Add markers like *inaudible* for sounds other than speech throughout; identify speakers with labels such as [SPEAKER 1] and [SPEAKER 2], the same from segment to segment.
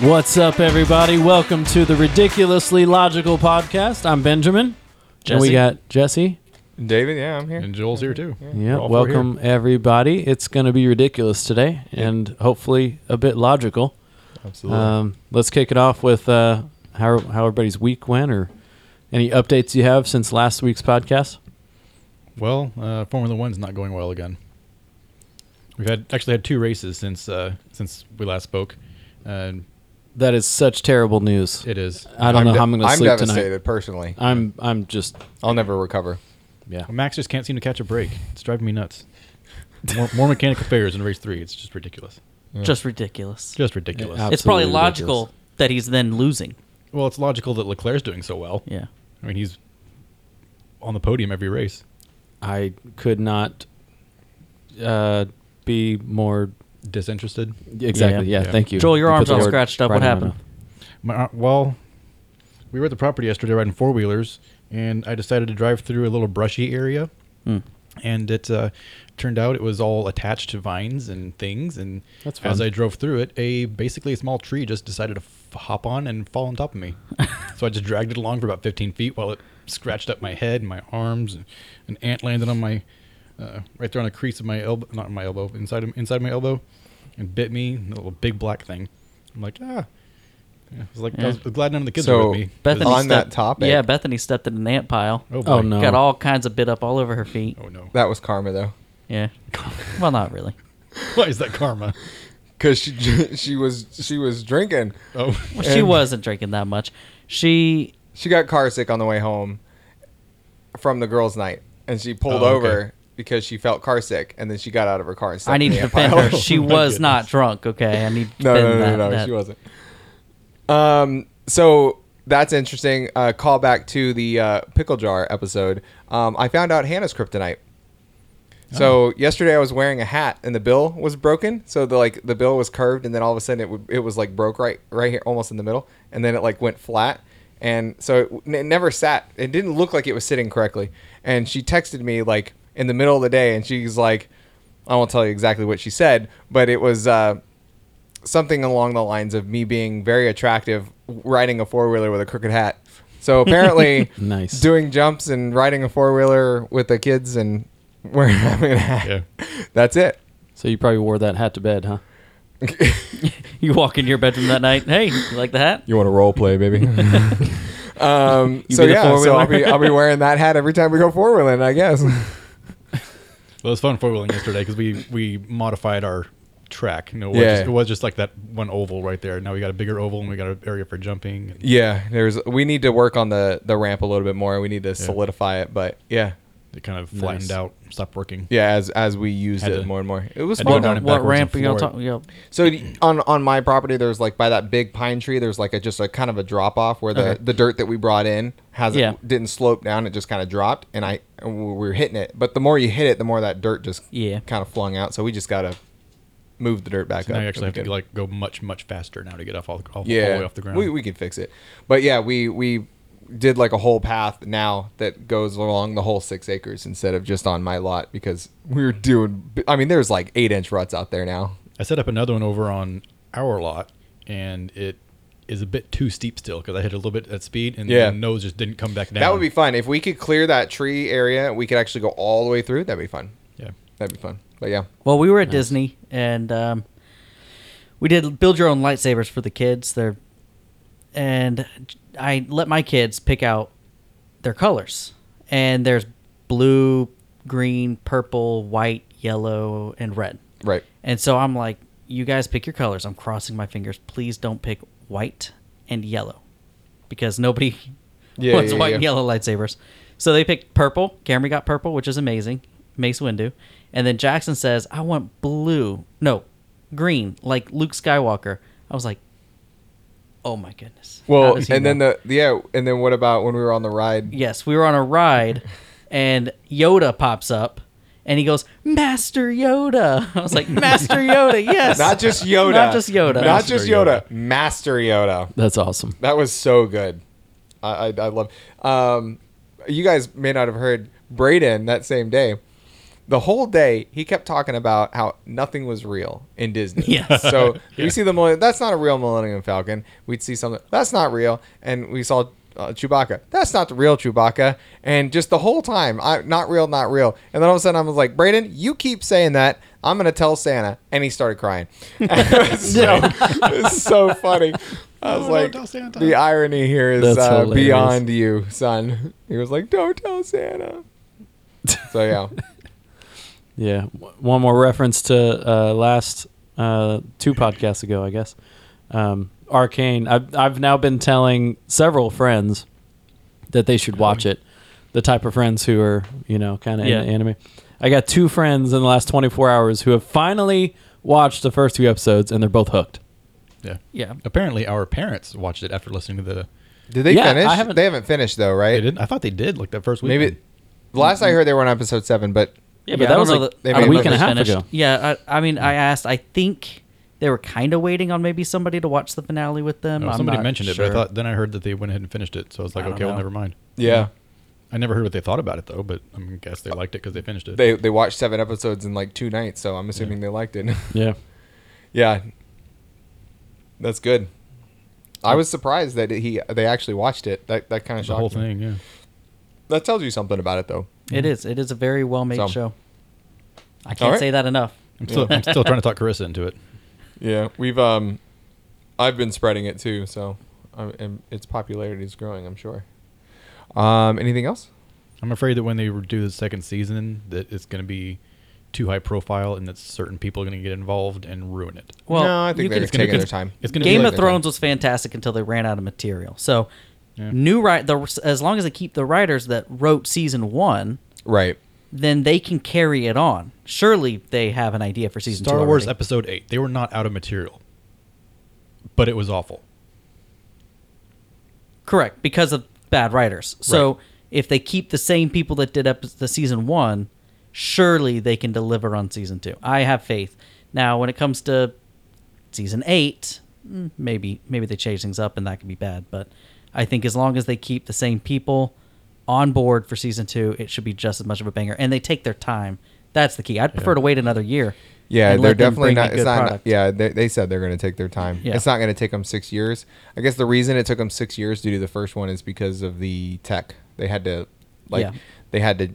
[SPEAKER 1] What's up, everybody? Welcome to the Ridiculously Logical Podcast. I'm Benjamin. And we
[SPEAKER 2] Jesse.
[SPEAKER 1] got Jesse.
[SPEAKER 3] David, yeah, I'm here.
[SPEAKER 2] And Joel's here too.
[SPEAKER 1] Yeah,
[SPEAKER 2] All four
[SPEAKER 1] welcome, everybody. It's going to be ridiculous today and hopefully a bit logical.
[SPEAKER 3] Absolutely.
[SPEAKER 1] Um, let's kick it off with uh, how, how everybody's week went or any updates you have since last week's podcast.
[SPEAKER 2] Well, uh, Formula One's not going well again. We've had actually had two races since uh, since we last spoke, and
[SPEAKER 1] That is such terrible news.
[SPEAKER 2] it is
[SPEAKER 1] I don't know how I'm going to
[SPEAKER 3] I'm
[SPEAKER 1] sleep
[SPEAKER 3] devastated
[SPEAKER 1] tonight.
[SPEAKER 3] personally.
[SPEAKER 1] I'm I'm just
[SPEAKER 3] I'll never recover.
[SPEAKER 1] yeah.
[SPEAKER 2] Max just can't seem to catch a break. It's driving me nuts. More, more mechanical failures in race three. It's just ridiculous.
[SPEAKER 4] Just ridiculous.
[SPEAKER 2] Just ridiculous.
[SPEAKER 1] Yeah,
[SPEAKER 4] it's probably
[SPEAKER 1] absolutely
[SPEAKER 4] logical
[SPEAKER 1] ridiculous.
[SPEAKER 4] that he's then losing.
[SPEAKER 2] well, it's logical that Leclerc's doing so well.
[SPEAKER 4] Yeah.
[SPEAKER 2] I mean, he's on the podium every race.
[SPEAKER 1] I could not uh, be more
[SPEAKER 2] Disinterested.
[SPEAKER 1] Exactly.
[SPEAKER 4] Yeah.
[SPEAKER 1] Yeah.
[SPEAKER 2] Yeah.
[SPEAKER 1] Thank you.
[SPEAKER 4] Joel, your
[SPEAKER 1] You put
[SPEAKER 4] arm's
[SPEAKER 1] the
[SPEAKER 4] all
[SPEAKER 1] word
[SPEAKER 4] scratched up.
[SPEAKER 1] right in
[SPEAKER 4] What
[SPEAKER 1] my
[SPEAKER 4] happened?
[SPEAKER 1] mouth.
[SPEAKER 2] My, uh, well, we were at the property yesterday riding four wheelers, and I decided to drive through a little brushy area,
[SPEAKER 1] Hmm.
[SPEAKER 2] and it uh, turned out it was all attached to vines and things. And
[SPEAKER 1] That's
[SPEAKER 2] as
[SPEAKER 1] fun.
[SPEAKER 2] I drove through it, a basically a small tree just decided to f- hop on and fall on top
[SPEAKER 1] *laughs*
[SPEAKER 2] of me. so I just dragged it along for about 15 feet while it scratched up my head and my arms. And an ant landed on my uh, right there on a crease of my elbow, not my elbow, inside of, inside my elbow, and bit me. A little big black thing. I'm like ah. Yeah, I was like, I was glad none of the kids
[SPEAKER 3] So-
[SPEAKER 2] were with me.
[SPEAKER 4] Bethany
[SPEAKER 3] On that
[SPEAKER 4] stepped-
[SPEAKER 3] topic-
[SPEAKER 4] Yeah, Bethany stepped in an ant pile.
[SPEAKER 2] Oh, boy.
[SPEAKER 1] Oh no.
[SPEAKER 4] Got all kinds of bit up all over her feet.
[SPEAKER 2] Oh no. *laughs*
[SPEAKER 3] That was karma though,
[SPEAKER 4] Yeah. well, not really.
[SPEAKER 2] Why is that karma?
[SPEAKER 3] because she *laughs* she was she was drinking.
[SPEAKER 2] Oh, *laughs*
[SPEAKER 4] Well, she wasn't drinking that much. She
[SPEAKER 3] She got car sick on the way home from the girls' night, and she pulled
[SPEAKER 2] Oh, okay.
[SPEAKER 3] over because she felt car sick, and then she got out of her car. And stepped
[SPEAKER 4] I
[SPEAKER 3] in
[SPEAKER 4] need
[SPEAKER 3] the
[SPEAKER 4] to
[SPEAKER 3] ant
[SPEAKER 4] defend
[SPEAKER 3] pile.
[SPEAKER 4] her. She
[SPEAKER 2] Oh, my
[SPEAKER 4] was not
[SPEAKER 2] goodness.
[SPEAKER 4] drunk, okay? I need to
[SPEAKER 3] *laughs* no, no,
[SPEAKER 4] defend
[SPEAKER 3] no,
[SPEAKER 4] that.
[SPEAKER 3] no, no
[SPEAKER 4] that.
[SPEAKER 3] she wasn't. Um, so that's interesting. Uh, call back to the uh, pickle jar episode. Um, I found out Hannah's kryptonite. So yesterday I was wearing a hat and the bill was broken. So the like the bill was curved and then all of a sudden it would it was like broke right right here almost in the middle and then it like went flat and so it, n- it never sat. It didn't look like it was sitting correctly. And she texted me like in the middle of the day and she's like, I won't tell you exactly what she said, but it was. Uh, something along the lines of me being very attractive riding a four wheeler with a crooked hat. So apparently,
[SPEAKER 1] Nice.
[SPEAKER 3] doing jumps and riding a four wheeler with the kids and wearing having a hat.
[SPEAKER 2] Yeah.
[SPEAKER 3] *laughs* That's it.
[SPEAKER 1] So you probably wore that hat to bed, huh?
[SPEAKER 4] You walk into your bedroom that night. Hey, you like the hat?
[SPEAKER 3] You want to role play, baby? *laughs* um, so
[SPEAKER 4] be the
[SPEAKER 3] yeah, so I'll
[SPEAKER 4] four-wheeler.
[SPEAKER 3] be I'll be wearing that hat every time we go four wheeling, I guess. *laughs*
[SPEAKER 2] Well, it was fun four wheeling yesterday because we we modified our track. You know, it was,
[SPEAKER 3] Yeah.
[SPEAKER 2] just, it was just like that one oval right there. Now we got a bigger oval and we got an area for jumping. And
[SPEAKER 3] yeah, there's we need to work on the the ramp a little bit more. We need to solidify it, but yeah,
[SPEAKER 2] it kind of flattened
[SPEAKER 1] Nice.
[SPEAKER 2] out, stopped working.
[SPEAKER 3] yeah, as as we used
[SPEAKER 2] Had
[SPEAKER 3] it
[SPEAKER 2] to-
[SPEAKER 3] more and more, it was
[SPEAKER 2] had to go
[SPEAKER 3] fun.
[SPEAKER 2] down
[SPEAKER 3] though.
[SPEAKER 2] and
[SPEAKER 4] What
[SPEAKER 2] backwards
[SPEAKER 4] ramp are you
[SPEAKER 2] forward.
[SPEAKER 4] talking about?
[SPEAKER 3] So on on my property, there's like by that big pine tree, there's like a just a kind of a drop off where the,
[SPEAKER 4] Okay.
[SPEAKER 3] the dirt that we brought in hasn't
[SPEAKER 4] Yeah.
[SPEAKER 3] didn't slope down. It just kind of dropped, and I and we were hitting it. But the more you hit it, the more that dirt just
[SPEAKER 4] Yeah.
[SPEAKER 3] kind of flung out. So we just gotta move the dirt back
[SPEAKER 2] So
[SPEAKER 3] up.
[SPEAKER 2] now you actually have
[SPEAKER 3] Good.
[SPEAKER 2] to like go much much faster now to get off all, all, all
[SPEAKER 3] yeah
[SPEAKER 2] the way off the ground.
[SPEAKER 3] We we can fix it, but yeah, we we did like a whole path now that goes along the whole six acres instead of just on my lot because we were doing. I mean, there's like eight inch ruts out there now.
[SPEAKER 2] I set up another one over on our lot, and it is a bit too steep still because I hit a little bit at speed and
[SPEAKER 3] Yeah.
[SPEAKER 2] the nose just didn't come back down.
[SPEAKER 3] That would be fun. If we could clear that tree area, we could actually go all the way through. That'd be fun.
[SPEAKER 2] yeah.
[SPEAKER 3] That'd be fun. But yeah.
[SPEAKER 4] Well, we were at Disney, and um, we did build your own lightsabers for the kids. They're and I let my kids pick out their colors, and there's blue, green, purple, white, yellow, and red.
[SPEAKER 3] Right.
[SPEAKER 4] And so I'm like, you guys pick your colors. I'm crossing my fingers. Please don't pick white and yellow because nobody *laughs*
[SPEAKER 3] Yeah,
[SPEAKER 4] wants
[SPEAKER 3] yeah,
[SPEAKER 4] white and
[SPEAKER 3] yeah.
[SPEAKER 4] yellow lightsabers. So they picked purple. Cameron got purple, which is amazing. Mace Windu. And then Jackson says, I want blue. No, green, like Luke Skywalker. I was like, oh my goodness. How
[SPEAKER 3] Well,
[SPEAKER 4] does he
[SPEAKER 3] and then
[SPEAKER 4] know?
[SPEAKER 3] the yeah, and then what about when we were on the ride?
[SPEAKER 4] Yes, we were on a ride and Yoda pops up. And he goes, Master Yoda. *laughs* I was like, Master Yoda, yes.
[SPEAKER 3] Not just Yoda.
[SPEAKER 4] *laughs* Not just Yoda.
[SPEAKER 3] Not just
[SPEAKER 2] Master
[SPEAKER 3] Yoda.
[SPEAKER 2] Yoda.
[SPEAKER 3] Master Yoda.
[SPEAKER 1] *laughs* That's awesome.
[SPEAKER 3] That was so good. I I, I love. Um, you guys may not have heard Braden that same day. the whole day he kept talking about how nothing was real in Disney.
[SPEAKER 4] Yes.
[SPEAKER 3] So we see the Millennium. That's not a real Millennium Falcon. We'd see something that's not real, and we saw uh, Chewbacca. That's not the real Chewbacca. And just the whole time, I not real, not real. And then all of a sudden, I was like, Brayden, you keep saying that. I'm gonna tell Santa. And he started crying. *laughs* so it's so funny. I was
[SPEAKER 2] Oh, No, don't
[SPEAKER 3] like,
[SPEAKER 2] tell Santa.
[SPEAKER 3] the irony here is
[SPEAKER 1] That's
[SPEAKER 3] uh,
[SPEAKER 1] hilarious.
[SPEAKER 3] beyond you, son. He was like, don't tell Santa. So yeah.
[SPEAKER 1] Yeah, w- one more reference to uh, last uh, two podcasts ago, I guess. Um, Arcane. I've I've now been telling several friends that they should watch it. The type of friends who are you know kind of
[SPEAKER 4] Yeah.
[SPEAKER 1] into anime. I got two friends in the last 24 hours who have finally watched the first two episodes, and they're both hooked.
[SPEAKER 2] Yeah.
[SPEAKER 4] Yeah.
[SPEAKER 2] Apparently, our parents watched it after listening to the.
[SPEAKER 3] Did they
[SPEAKER 1] Yeah,
[SPEAKER 3] finish?
[SPEAKER 1] I haven't-
[SPEAKER 3] they haven't finished though,
[SPEAKER 2] They
[SPEAKER 3] right?
[SPEAKER 2] didn't. I thought they did like that first week.
[SPEAKER 3] Maybe. Last I heard, they were on episode seven, but
[SPEAKER 1] Yeah,
[SPEAKER 4] Yeah,
[SPEAKER 1] but
[SPEAKER 4] I
[SPEAKER 1] that
[SPEAKER 4] don't
[SPEAKER 1] was
[SPEAKER 4] know
[SPEAKER 1] like
[SPEAKER 3] a
[SPEAKER 4] I don't know
[SPEAKER 3] week
[SPEAKER 4] if
[SPEAKER 3] and a
[SPEAKER 4] they
[SPEAKER 1] half ago.
[SPEAKER 4] Yeah, I, I mean, I asked. I think they were kind of waiting on maybe somebody to watch the finale with them. I'm
[SPEAKER 2] Oh, somebody
[SPEAKER 4] not
[SPEAKER 2] mentioned it,
[SPEAKER 4] sure.
[SPEAKER 2] but I thought then I heard that they went ahead and finished it. So I was like,
[SPEAKER 4] I don't
[SPEAKER 2] okay, well,
[SPEAKER 4] know.
[SPEAKER 2] never mind.
[SPEAKER 3] yeah,
[SPEAKER 2] I never heard what they thought about it though, but I mean, guess they liked it because they finished it.
[SPEAKER 3] they they watched seven episodes in like two nights, so I'm assuming they liked it. *laughs*
[SPEAKER 1] Yeah,
[SPEAKER 3] yeah, that's good. I was surprised that he they actually watched it. That that kind of
[SPEAKER 2] the
[SPEAKER 3] shocked
[SPEAKER 2] whole
[SPEAKER 3] me.
[SPEAKER 2] thing, yeah.
[SPEAKER 3] That tells you something about it, though.
[SPEAKER 4] It is. It is a very well made
[SPEAKER 3] So.
[SPEAKER 4] show. I can't
[SPEAKER 3] right.
[SPEAKER 4] say that enough.
[SPEAKER 2] I'm still, I'm still trying to talk Carissa into it.
[SPEAKER 3] Yeah, we've um, I've been spreading it too, so i and its popularity is growing. I'm sure. Um, anything else?
[SPEAKER 2] I'm afraid that when they do the second season, that it's going to be too high profile, and that certain people are going to get involved and ruin it.
[SPEAKER 4] Well,
[SPEAKER 3] no, I
[SPEAKER 4] you
[SPEAKER 3] think they're
[SPEAKER 4] can-
[SPEAKER 2] gonna-
[SPEAKER 3] taking their time.
[SPEAKER 2] It's going to be
[SPEAKER 4] Game
[SPEAKER 2] like,
[SPEAKER 4] of Thrones was fantastic until they ran out of material. So,
[SPEAKER 2] Yeah.
[SPEAKER 4] new right the as long as they keep the writers that wrote season one,
[SPEAKER 3] Right.
[SPEAKER 4] then they can carry it on. Surely they have an idea for season two.
[SPEAKER 2] Star Wars
[SPEAKER 4] already.
[SPEAKER 2] Episode Eight. They were not out of material, but it was awful.
[SPEAKER 4] Correct, because of bad writers. So if they keep the same people that did epi- the season one, surely they can deliver on season two. I have faith. Now, when it comes to season eight, mm, maybe maybe they change things up and that could be bad. But I think as long as they keep the same people on board for season two, it should be just as much of a banger. And they take their time. That's the key. I'd prefer to wait another year.
[SPEAKER 3] Yeah,
[SPEAKER 4] and
[SPEAKER 3] they're
[SPEAKER 4] let them
[SPEAKER 3] definitely
[SPEAKER 4] bring
[SPEAKER 3] not.
[SPEAKER 4] a
[SPEAKER 3] It's
[SPEAKER 4] good
[SPEAKER 3] not.
[SPEAKER 4] product.
[SPEAKER 3] Yeah, they, they said they're going to take their time.
[SPEAKER 4] Yeah.
[SPEAKER 3] It's not going to take them six years. I guess the reason it took them six years to do the first one is because of the tech. They had to, like,
[SPEAKER 4] Yeah.
[SPEAKER 3] they had to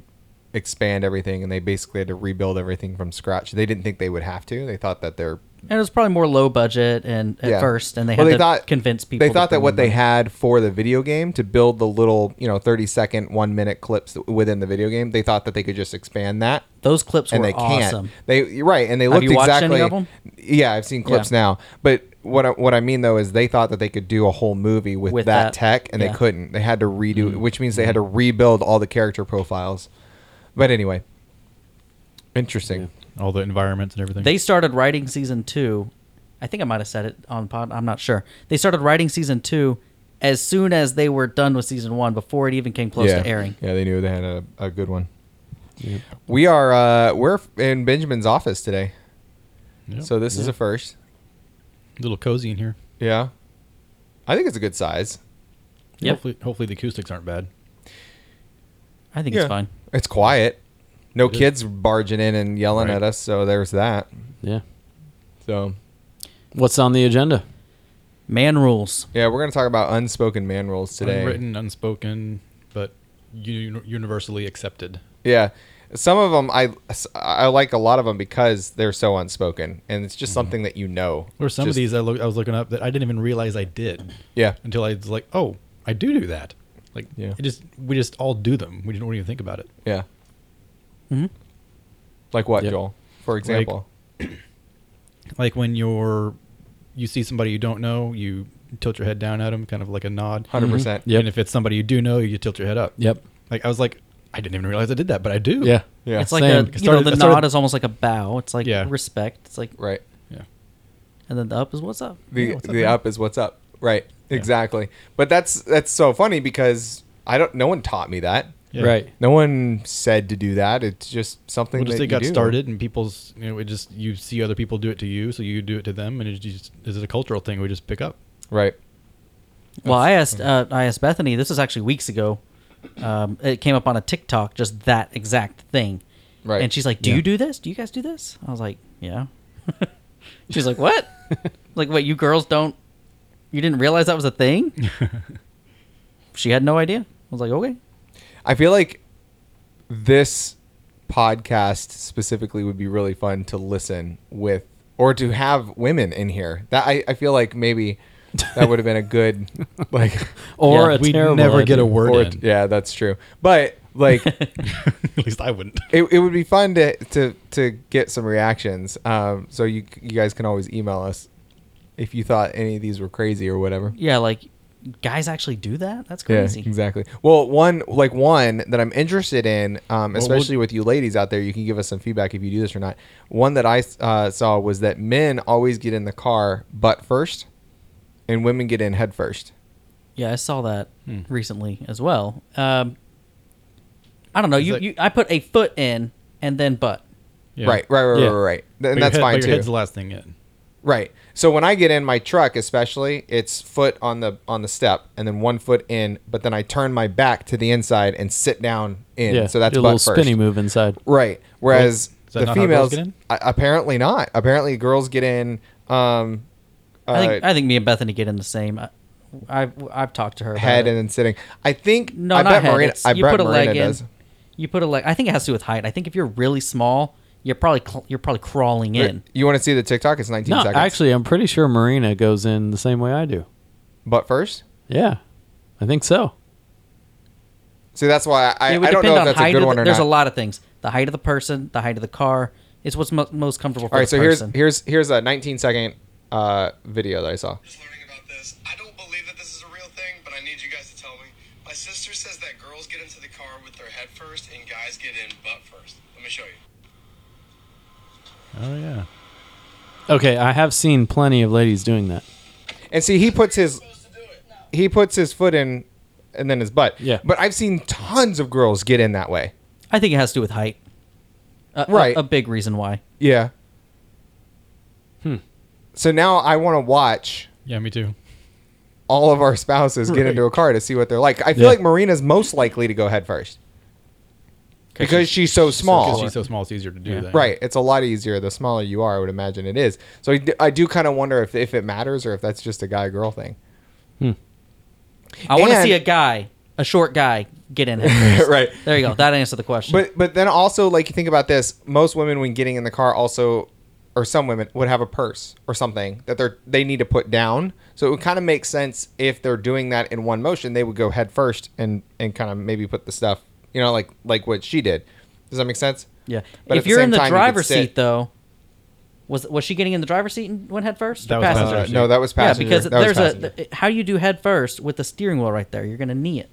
[SPEAKER 3] expand everything, and they basically had to rebuild everything from scratch. They didn't think they would have to. They thought that they're
[SPEAKER 4] And it was probably more low budget and at
[SPEAKER 3] yeah.
[SPEAKER 4] first, and they had
[SPEAKER 3] Well,
[SPEAKER 4] to convince people.
[SPEAKER 3] They
[SPEAKER 4] to
[SPEAKER 3] thought that
[SPEAKER 4] bring
[SPEAKER 3] what
[SPEAKER 4] them
[SPEAKER 3] they
[SPEAKER 4] in.
[SPEAKER 3] had for the video game to build the little, you know, thirty second, one minute clips within the video game, they thought that they could just expand that
[SPEAKER 4] those clips
[SPEAKER 3] and
[SPEAKER 4] were
[SPEAKER 3] they can't.
[SPEAKER 4] awesome.
[SPEAKER 3] They you're right, and they
[SPEAKER 4] Have
[SPEAKER 3] looked
[SPEAKER 4] you watched
[SPEAKER 3] exactly.
[SPEAKER 4] any of 'em?
[SPEAKER 3] Yeah, I've seen clips
[SPEAKER 4] Yeah.
[SPEAKER 3] now. But what I, what I mean though is they thought that they could do a whole movie with,
[SPEAKER 4] With
[SPEAKER 3] that,
[SPEAKER 4] that,
[SPEAKER 3] tech, and
[SPEAKER 4] yeah. Mm.
[SPEAKER 3] they couldn't. They had to redo, which means they had to rebuild all the character profiles. But anyway, interesting.
[SPEAKER 2] All the environments and everything.
[SPEAKER 4] They started writing season two. I think I might have said it on pod. I'm not sure. They started writing season two as soon as they were done with season one, before it even came close
[SPEAKER 3] yeah.
[SPEAKER 4] to airing.
[SPEAKER 3] Yeah, they knew they had a, a good one. We are uh, we're in Benjamin's office today,
[SPEAKER 2] Yep.
[SPEAKER 3] so this is a first.
[SPEAKER 2] a little cozy in here.
[SPEAKER 3] Yeah, I think it's a good size.
[SPEAKER 4] Yep.
[SPEAKER 2] Hopefully, hopefully the acoustics aren't bad.
[SPEAKER 4] I think
[SPEAKER 3] Yeah.
[SPEAKER 4] it's fine.
[SPEAKER 3] It's quiet. No
[SPEAKER 2] It is.
[SPEAKER 3] kids barging in and yelling
[SPEAKER 2] Right.
[SPEAKER 3] at us, so there's that.
[SPEAKER 1] yeah.
[SPEAKER 3] So
[SPEAKER 1] What's on the agenda?
[SPEAKER 4] Man rules.
[SPEAKER 3] yeah, we're gonna talk about unspoken man rules today.
[SPEAKER 2] Unwritten, unspoken, but u- universally accepted.
[SPEAKER 3] Yeah, some of them I I like a lot of them because they're so unspoken, and it's just something that you know.
[SPEAKER 2] Mm-hmm. Or some
[SPEAKER 3] Just-
[SPEAKER 2] of these I, look, I was looking up that I didn't even realize I did
[SPEAKER 3] Yeah,
[SPEAKER 2] until I was like, oh, I do do that. Like,
[SPEAKER 3] Yeah.
[SPEAKER 2] it just we just all do them. We didn't even think about it.
[SPEAKER 3] yeah.
[SPEAKER 4] hmm
[SPEAKER 3] Like what,
[SPEAKER 1] Yep.
[SPEAKER 3] Joel? For example.
[SPEAKER 2] Like when you're you see somebody you don't know, you tilt your head down at them, kind of like a nod.
[SPEAKER 3] 100%.
[SPEAKER 1] Mm-hmm. Yep.
[SPEAKER 2] And if it's somebody you do know, you tilt your head up.
[SPEAKER 1] Yep.
[SPEAKER 2] Like I was like, I didn't even realize I did that, but I do.
[SPEAKER 1] Yeah.
[SPEAKER 3] Yeah.
[SPEAKER 4] it's like
[SPEAKER 1] same. I
[SPEAKER 4] a you
[SPEAKER 2] started-
[SPEAKER 4] know
[SPEAKER 2] I
[SPEAKER 4] the
[SPEAKER 2] started-
[SPEAKER 4] nod is almost like a bow. It's like
[SPEAKER 2] Yeah.
[SPEAKER 4] respect. It's like
[SPEAKER 3] right.
[SPEAKER 2] Yeah.
[SPEAKER 4] and then the up is what's up.
[SPEAKER 3] The
[SPEAKER 2] Yeah, what's up,
[SPEAKER 3] the
[SPEAKER 2] man?
[SPEAKER 3] up is what's up. Right. Exactly. But that's that's so funny because I don't. No one taught me that.
[SPEAKER 2] Yeah.
[SPEAKER 1] Right.
[SPEAKER 3] No one said to do that. It's just something
[SPEAKER 2] Well, just
[SPEAKER 3] that
[SPEAKER 2] it got
[SPEAKER 3] you do.
[SPEAKER 2] started, and people's you know it just you see other people do it to you, so you do it to them, and it's just is it a cultural thing we just pick up? *laughs*
[SPEAKER 3] Right.
[SPEAKER 4] Well, I asked uh, I asked Bethany. This was actually weeks ago. Um, it came up on a TikTok, just that exact thing,
[SPEAKER 3] Right.
[SPEAKER 4] And she's like, "Do
[SPEAKER 2] Yeah.
[SPEAKER 4] you do this? Do you guys do this?" I was like, "Yeah." *laughs* she's like, "What? like, what? You girls don't? You didn't realize that was a thing?" she had no idea. I was like, "Okay."
[SPEAKER 3] I feel like this podcast specifically would be really fun to listen with or to have women in here. That I, I feel like maybe that would have been a
[SPEAKER 2] *laughs*
[SPEAKER 3] good like
[SPEAKER 1] Or
[SPEAKER 4] Yeah,
[SPEAKER 1] a
[SPEAKER 2] We'd
[SPEAKER 1] terrible
[SPEAKER 2] never get
[SPEAKER 1] idea.
[SPEAKER 2] a word
[SPEAKER 3] or,
[SPEAKER 2] in.
[SPEAKER 3] yeah, that's true. But like
[SPEAKER 2] *laughs* At least I wouldn't.
[SPEAKER 3] it, it would be fun to to to get some reactions. Um so you you guys can always email us if you thought any of these were crazy or whatever.
[SPEAKER 4] Yeah, like guys actually do that? That's crazy.
[SPEAKER 3] Yeah, exactly. Well, one like one that I'm interested in, um,
[SPEAKER 2] we'll-
[SPEAKER 3] especially with you ladies out there, you can give us some feedback if you do this or not. One that I uh, saw was that men always get in the car butt first, and women get in head first.
[SPEAKER 4] Yeah, I saw that
[SPEAKER 2] Hmm.
[SPEAKER 4] recently as well. Um, I don't know.
[SPEAKER 2] It's
[SPEAKER 4] You,
[SPEAKER 2] like-
[SPEAKER 4] you, I put a foot in and then butt.
[SPEAKER 2] Yeah.
[SPEAKER 3] Right, right, right,
[SPEAKER 1] Yeah.
[SPEAKER 3] right, right. Th-
[SPEAKER 2] But your
[SPEAKER 3] And that's
[SPEAKER 2] head- but
[SPEAKER 3] fine
[SPEAKER 2] Your head's
[SPEAKER 3] too.
[SPEAKER 2] the last thing in.
[SPEAKER 3] Right. So when I get in my truck, especially, it's foot on the on the step, and then one foot in. But then I turn my back to the inside and sit down in.
[SPEAKER 1] Yeah,
[SPEAKER 3] So that's
[SPEAKER 1] do a
[SPEAKER 3] butt
[SPEAKER 1] little
[SPEAKER 3] first.
[SPEAKER 1] spinny move inside.
[SPEAKER 3] Right. Whereas
[SPEAKER 2] Is that
[SPEAKER 3] the
[SPEAKER 2] not how girls
[SPEAKER 3] females
[SPEAKER 2] get in?
[SPEAKER 3] I, apparently not. Apparently girls get in um
[SPEAKER 4] I think
[SPEAKER 3] uh,
[SPEAKER 4] I think me and Bethany get in the same. I, I've I've talked to her about
[SPEAKER 3] head
[SPEAKER 4] it.
[SPEAKER 3] and then sitting. I think
[SPEAKER 4] no,
[SPEAKER 3] I
[SPEAKER 4] not
[SPEAKER 3] bet
[SPEAKER 4] head.
[SPEAKER 3] Marina
[SPEAKER 4] It's-
[SPEAKER 3] I
[SPEAKER 4] you
[SPEAKER 3] bet
[SPEAKER 4] put a
[SPEAKER 3] Marina
[SPEAKER 4] leg in.
[SPEAKER 3] does.
[SPEAKER 4] You put a leg. I think it has to do with height. I think if you're really small, you're probably cl- you're probably crawling in.
[SPEAKER 3] You want to see the TikTok? It's 19
[SPEAKER 1] No,
[SPEAKER 3] seconds.
[SPEAKER 1] actually, I'm pretty sure Marina goes in the same way I do.
[SPEAKER 3] But first?
[SPEAKER 1] Yeah, I think so.
[SPEAKER 3] See, that's why I,
[SPEAKER 4] it would
[SPEAKER 3] I don't know
[SPEAKER 4] depend
[SPEAKER 3] if
[SPEAKER 4] on
[SPEAKER 3] that's
[SPEAKER 4] height.
[SPEAKER 3] a good
[SPEAKER 4] of
[SPEAKER 3] one
[SPEAKER 4] the,
[SPEAKER 3] or
[SPEAKER 4] there's
[SPEAKER 3] not.
[SPEAKER 4] a lot of things. The height of the person, the height of the car. It's what's mo- most comfortable for
[SPEAKER 3] All right,
[SPEAKER 4] the
[SPEAKER 3] so here's
[SPEAKER 4] person.
[SPEAKER 3] here's here's a 19 second uh video that I saw.
[SPEAKER 5] just learning about this. I don't believe that this is a real thing, but I need you guys to tell me. My sister says that girls get into the car with their head first and guys get in butt first. Let me show you.
[SPEAKER 2] Oh yeah.
[SPEAKER 1] Okay, I have seen plenty of ladies doing that.
[SPEAKER 3] And see, he puts his
[SPEAKER 5] Supposed to do it.
[SPEAKER 3] he puts his foot in and then his butt.
[SPEAKER 1] Yeah.
[SPEAKER 3] But I've seen tons of girls get in that way.
[SPEAKER 4] I think it has to do with height. A, a-
[SPEAKER 3] Right.
[SPEAKER 4] a big reason why.
[SPEAKER 3] Yeah. Hmm. So now I want to watch
[SPEAKER 2] Yeah, me too.
[SPEAKER 3] all of our spouses get into a car to see what they're like. I feel
[SPEAKER 1] Yeah.
[SPEAKER 3] like Marina's most likely to go head first because she's so small.
[SPEAKER 2] Because she's so small, it's easier to do that.
[SPEAKER 3] right, it's a lot easier the smaller you are. I would imagine it is. So I do, I do kind of wonder if if it matters or if that's just a guy girl thing. *laughs*
[SPEAKER 4] I want to
[SPEAKER 3] And-
[SPEAKER 4] see a guy, a short guy, get
[SPEAKER 3] *laughs*
[SPEAKER 4] in. head first.
[SPEAKER 3] Right.
[SPEAKER 4] There you go. That answered the question.
[SPEAKER 3] But but then also like you think about this, most women when getting in the car also or some women would have a purse or something that they're they need to put down. So it would kind of make sense if they're doing that in one motion, they would go head first and and kind of maybe put the stuff, you know, like like what she did. Does that make sense?
[SPEAKER 4] yeah.
[SPEAKER 3] But at
[SPEAKER 4] if
[SPEAKER 3] the
[SPEAKER 4] you're
[SPEAKER 3] same
[SPEAKER 4] in the
[SPEAKER 3] time, you could
[SPEAKER 4] driver's
[SPEAKER 3] sit-
[SPEAKER 4] seat though, was was she getting in the driver's seat and went head first?
[SPEAKER 2] That
[SPEAKER 4] or
[SPEAKER 2] was
[SPEAKER 3] Uh,
[SPEAKER 4] passenger?
[SPEAKER 2] passenger.
[SPEAKER 3] no, that was passenger.
[SPEAKER 4] Yeah, because
[SPEAKER 3] That was
[SPEAKER 4] there's
[SPEAKER 3] passenger.
[SPEAKER 4] a th- how you do head first with the steering wheel right there. You're gonna knee it.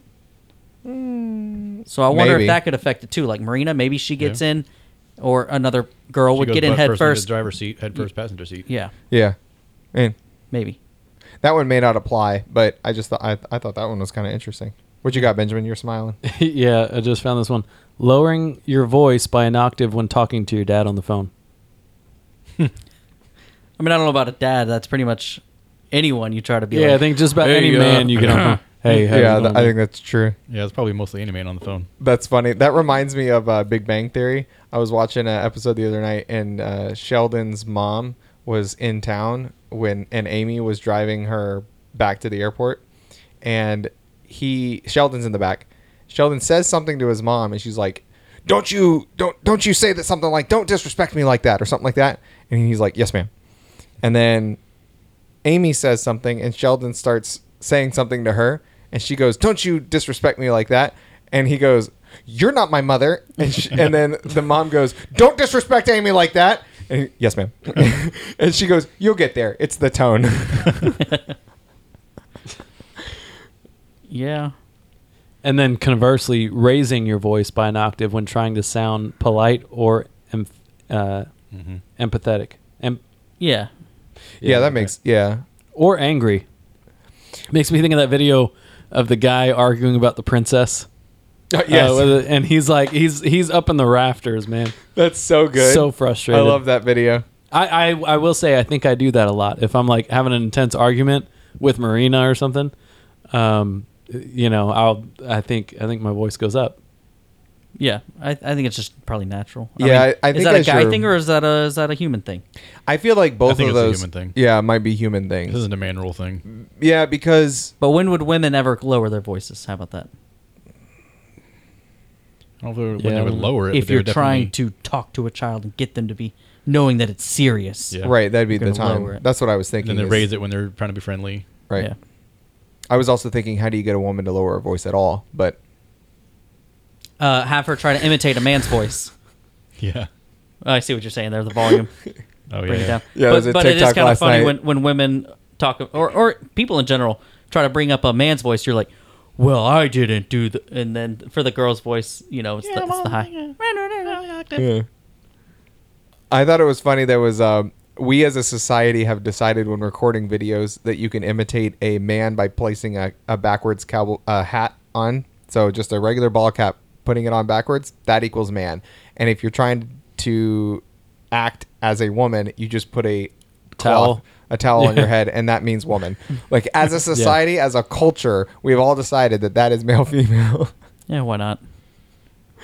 [SPEAKER 4] So I wonder
[SPEAKER 3] Hmm. Maybe.
[SPEAKER 4] if that could affect it too. Like Marina, maybe she gets in, or another girl
[SPEAKER 2] She
[SPEAKER 4] would
[SPEAKER 2] goes
[SPEAKER 4] get in
[SPEAKER 2] butt
[SPEAKER 4] head
[SPEAKER 2] first. into
[SPEAKER 4] first.
[SPEAKER 2] the driver's seat, head first, passenger seat.
[SPEAKER 4] yeah,
[SPEAKER 3] yeah. Man,
[SPEAKER 4] maybe.
[SPEAKER 3] that one may not apply, but I just thought I, I thought that one was kind of interesting. What you got, Benjamin? You're smiling.
[SPEAKER 1] *laughs* yeah, I just found this one. Lowering your voice by an octave when talking to your dad on the phone.
[SPEAKER 4] I mean, I don't know about a dad. That's pretty much anyone you try to be.
[SPEAKER 1] Yeah,
[SPEAKER 4] like,
[SPEAKER 1] I think just about
[SPEAKER 2] There
[SPEAKER 1] any
[SPEAKER 2] you go.
[SPEAKER 1] man you get on. hey, how's it
[SPEAKER 3] yeah, th-
[SPEAKER 1] going,
[SPEAKER 3] I
[SPEAKER 1] man?
[SPEAKER 3] think that's true.
[SPEAKER 2] Yeah, it's probably mostly any man on the phone.
[SPEAKER 3] That's funny. That reminds me of uh, Big Bang Theory. I was watching an episode the other night, and uh, Sheldon's mom was in town when, and Amy was driving her back to the airport, and he Sheldon's in the back. Sheldon says something to his mom, and she's like, "Don't you don't don't you say that something like don't disrespect me like that or something like that?" And he's like, "Yes, ma'am." And then Amy says something, and Sheldon starts saying something to her, and she goes, "Don't you disrespect me like that?" And he goes, "You're not my mother." And, sh and then the mom goes, "Don't disrespect Amy like that." And he- yes, ma'am. *laughs* and she goes, "You'll get there. It's the tone." *laughs*
[SPEAKER 4] Yeah.
[SPEAKER 1] And then conversely, raising your voice by an octave when trying to sound polite or em- uh, empathetic, em-
[SPEAKER 4] Yeah.
[SPEAKER 3] yeah, that
[SPEAKER 1] okay.
[SPEAKER 3] makes yeah.
[SPEAKER 1] or angry. Makes me think of that video of the guy arguing about the princess.
[SPEAKER 3] yes,
[SPEAKER 1] Uh, with- and he's like, he's he's up in the rafters, man.
[SPEAKER 3] *laughs* that's so good.
[SPEAKER 1] So frustrated.
[SPEAKER 3] I love that video.
[SPEAKER 1] I, I I will say I think I do that a lot. If I'm like having an intense argument with Marina or something, um, you know, I'll I think I think my voice goes up.
[SPEAKER 4] Yeah, I, I think it's just probably natural.
[SPEAKER 3] Yeah,
[SPEAKER 4] mean,
[SPEAKER 3] I- I
[SPEAKER 4] is
[SPEAKER 3] think
[SPEAKER 4] that a
[SPEAKER 3] I
[SPEAKER 4] guy
[SPEAKER 3] should-
[SPEAKER 4] thing or is that a is that a human thing?
[SPEAKER 3] I feel like both
[SPEAKER 2] think
[SPEAKER 3] of
[SPEAKER 2] it's a
[SPEAKER 3] those.
[SPEAKER 2] human thing.
[SPEAKER 3] Yeah, it might be human things.
[SPEAKER 2] This is a man rule thing.
[SPEAKER 3] yeah, because
[SPEAKER 4] But when would women ever lower their voices? How about that?
[SPEAKER 2] I don't know if they would-
[SPEAKER 1] Yeah,
[SPEAKER 2] when
[SPEAKER 1] I
[SPEAKER 2] they would
[SPEAKER 1] don't know.
[SPEAKER 2] lower it.
[SPEAKER 4] if
[SPEAKER 2] but they were
[SPEAKER 4] you're trying
[SPEAKER 2] definitely-
[SPEAKER 4] to talk to a child and get them to be knowing that it's serious.
[SPEAKER 2] Yeah.
[SPEAKER 3] right, that'd be
[SPEAKER 4] You're
[SPEAKER 3] the
[SPEAKER 4] gonna lower
[SPEAKER 3] time.
[SPEAKER 4] it.
[SPEAKER 3] That's what I was thinking.
[SPEAKER 2] then they
[SPEAKER 3] is-
[SPEAKER 2] raise it when they're trying to be friendly. *laughs*
[SPEAKER 3] Right.
[SPEAKER 4] Yeah.
[SPEAKER 3] I was also thinking, how do you get a woman to lower her voice at all? But
[SPEAKER 4] Uh, have her try to imitate a man's voice.
[SPEAKER 2] Yeah.
[SPEAKER 4] Oh, I see what you're saying there.
[SPEAKER 2] *laughs*
[SPEAKER 4] The volume,
[SPEAKER 2] Oh yeah.
[SPEAKER 4] bring it
[SPEAKER 2] yeah.
[SPEAKER 4] down.
[SPEAKER 3] Yeah, it was
[SPEAKER 4] but,
[SPEAKER 3] a
[SPEAKER 4] but it is
[SPEAKER 3] TikTok
[SPEAKER 4] kind of
[SPEAKER 3] last
[SPEAKER 4] funny
[SPEAKER 3] night.
[SPEAKER 4] when, when women talk or or people in general try to bring up a man's voice. You're like, well, I didn't do the, and then for the girl's voice, you know, it's, the, it's the high.
[SPEAKER 3] I thought it was funny. There was um, we as a society have decided when recording videos that you can imitate a man by placing a, a backwards cow uh, hat on. So just a regular ball cap, putting it on backwards, that equals man. And if you're trying to act as a woman, you just put a
[SPEAKER 1] Towel.
[SPEAKER 3] cloth- a towel on your head, and that means woman. Like as a society, as a culture, we've all decided that that is male *laughs* female.
[SPEAKER 4] Yeah, why not?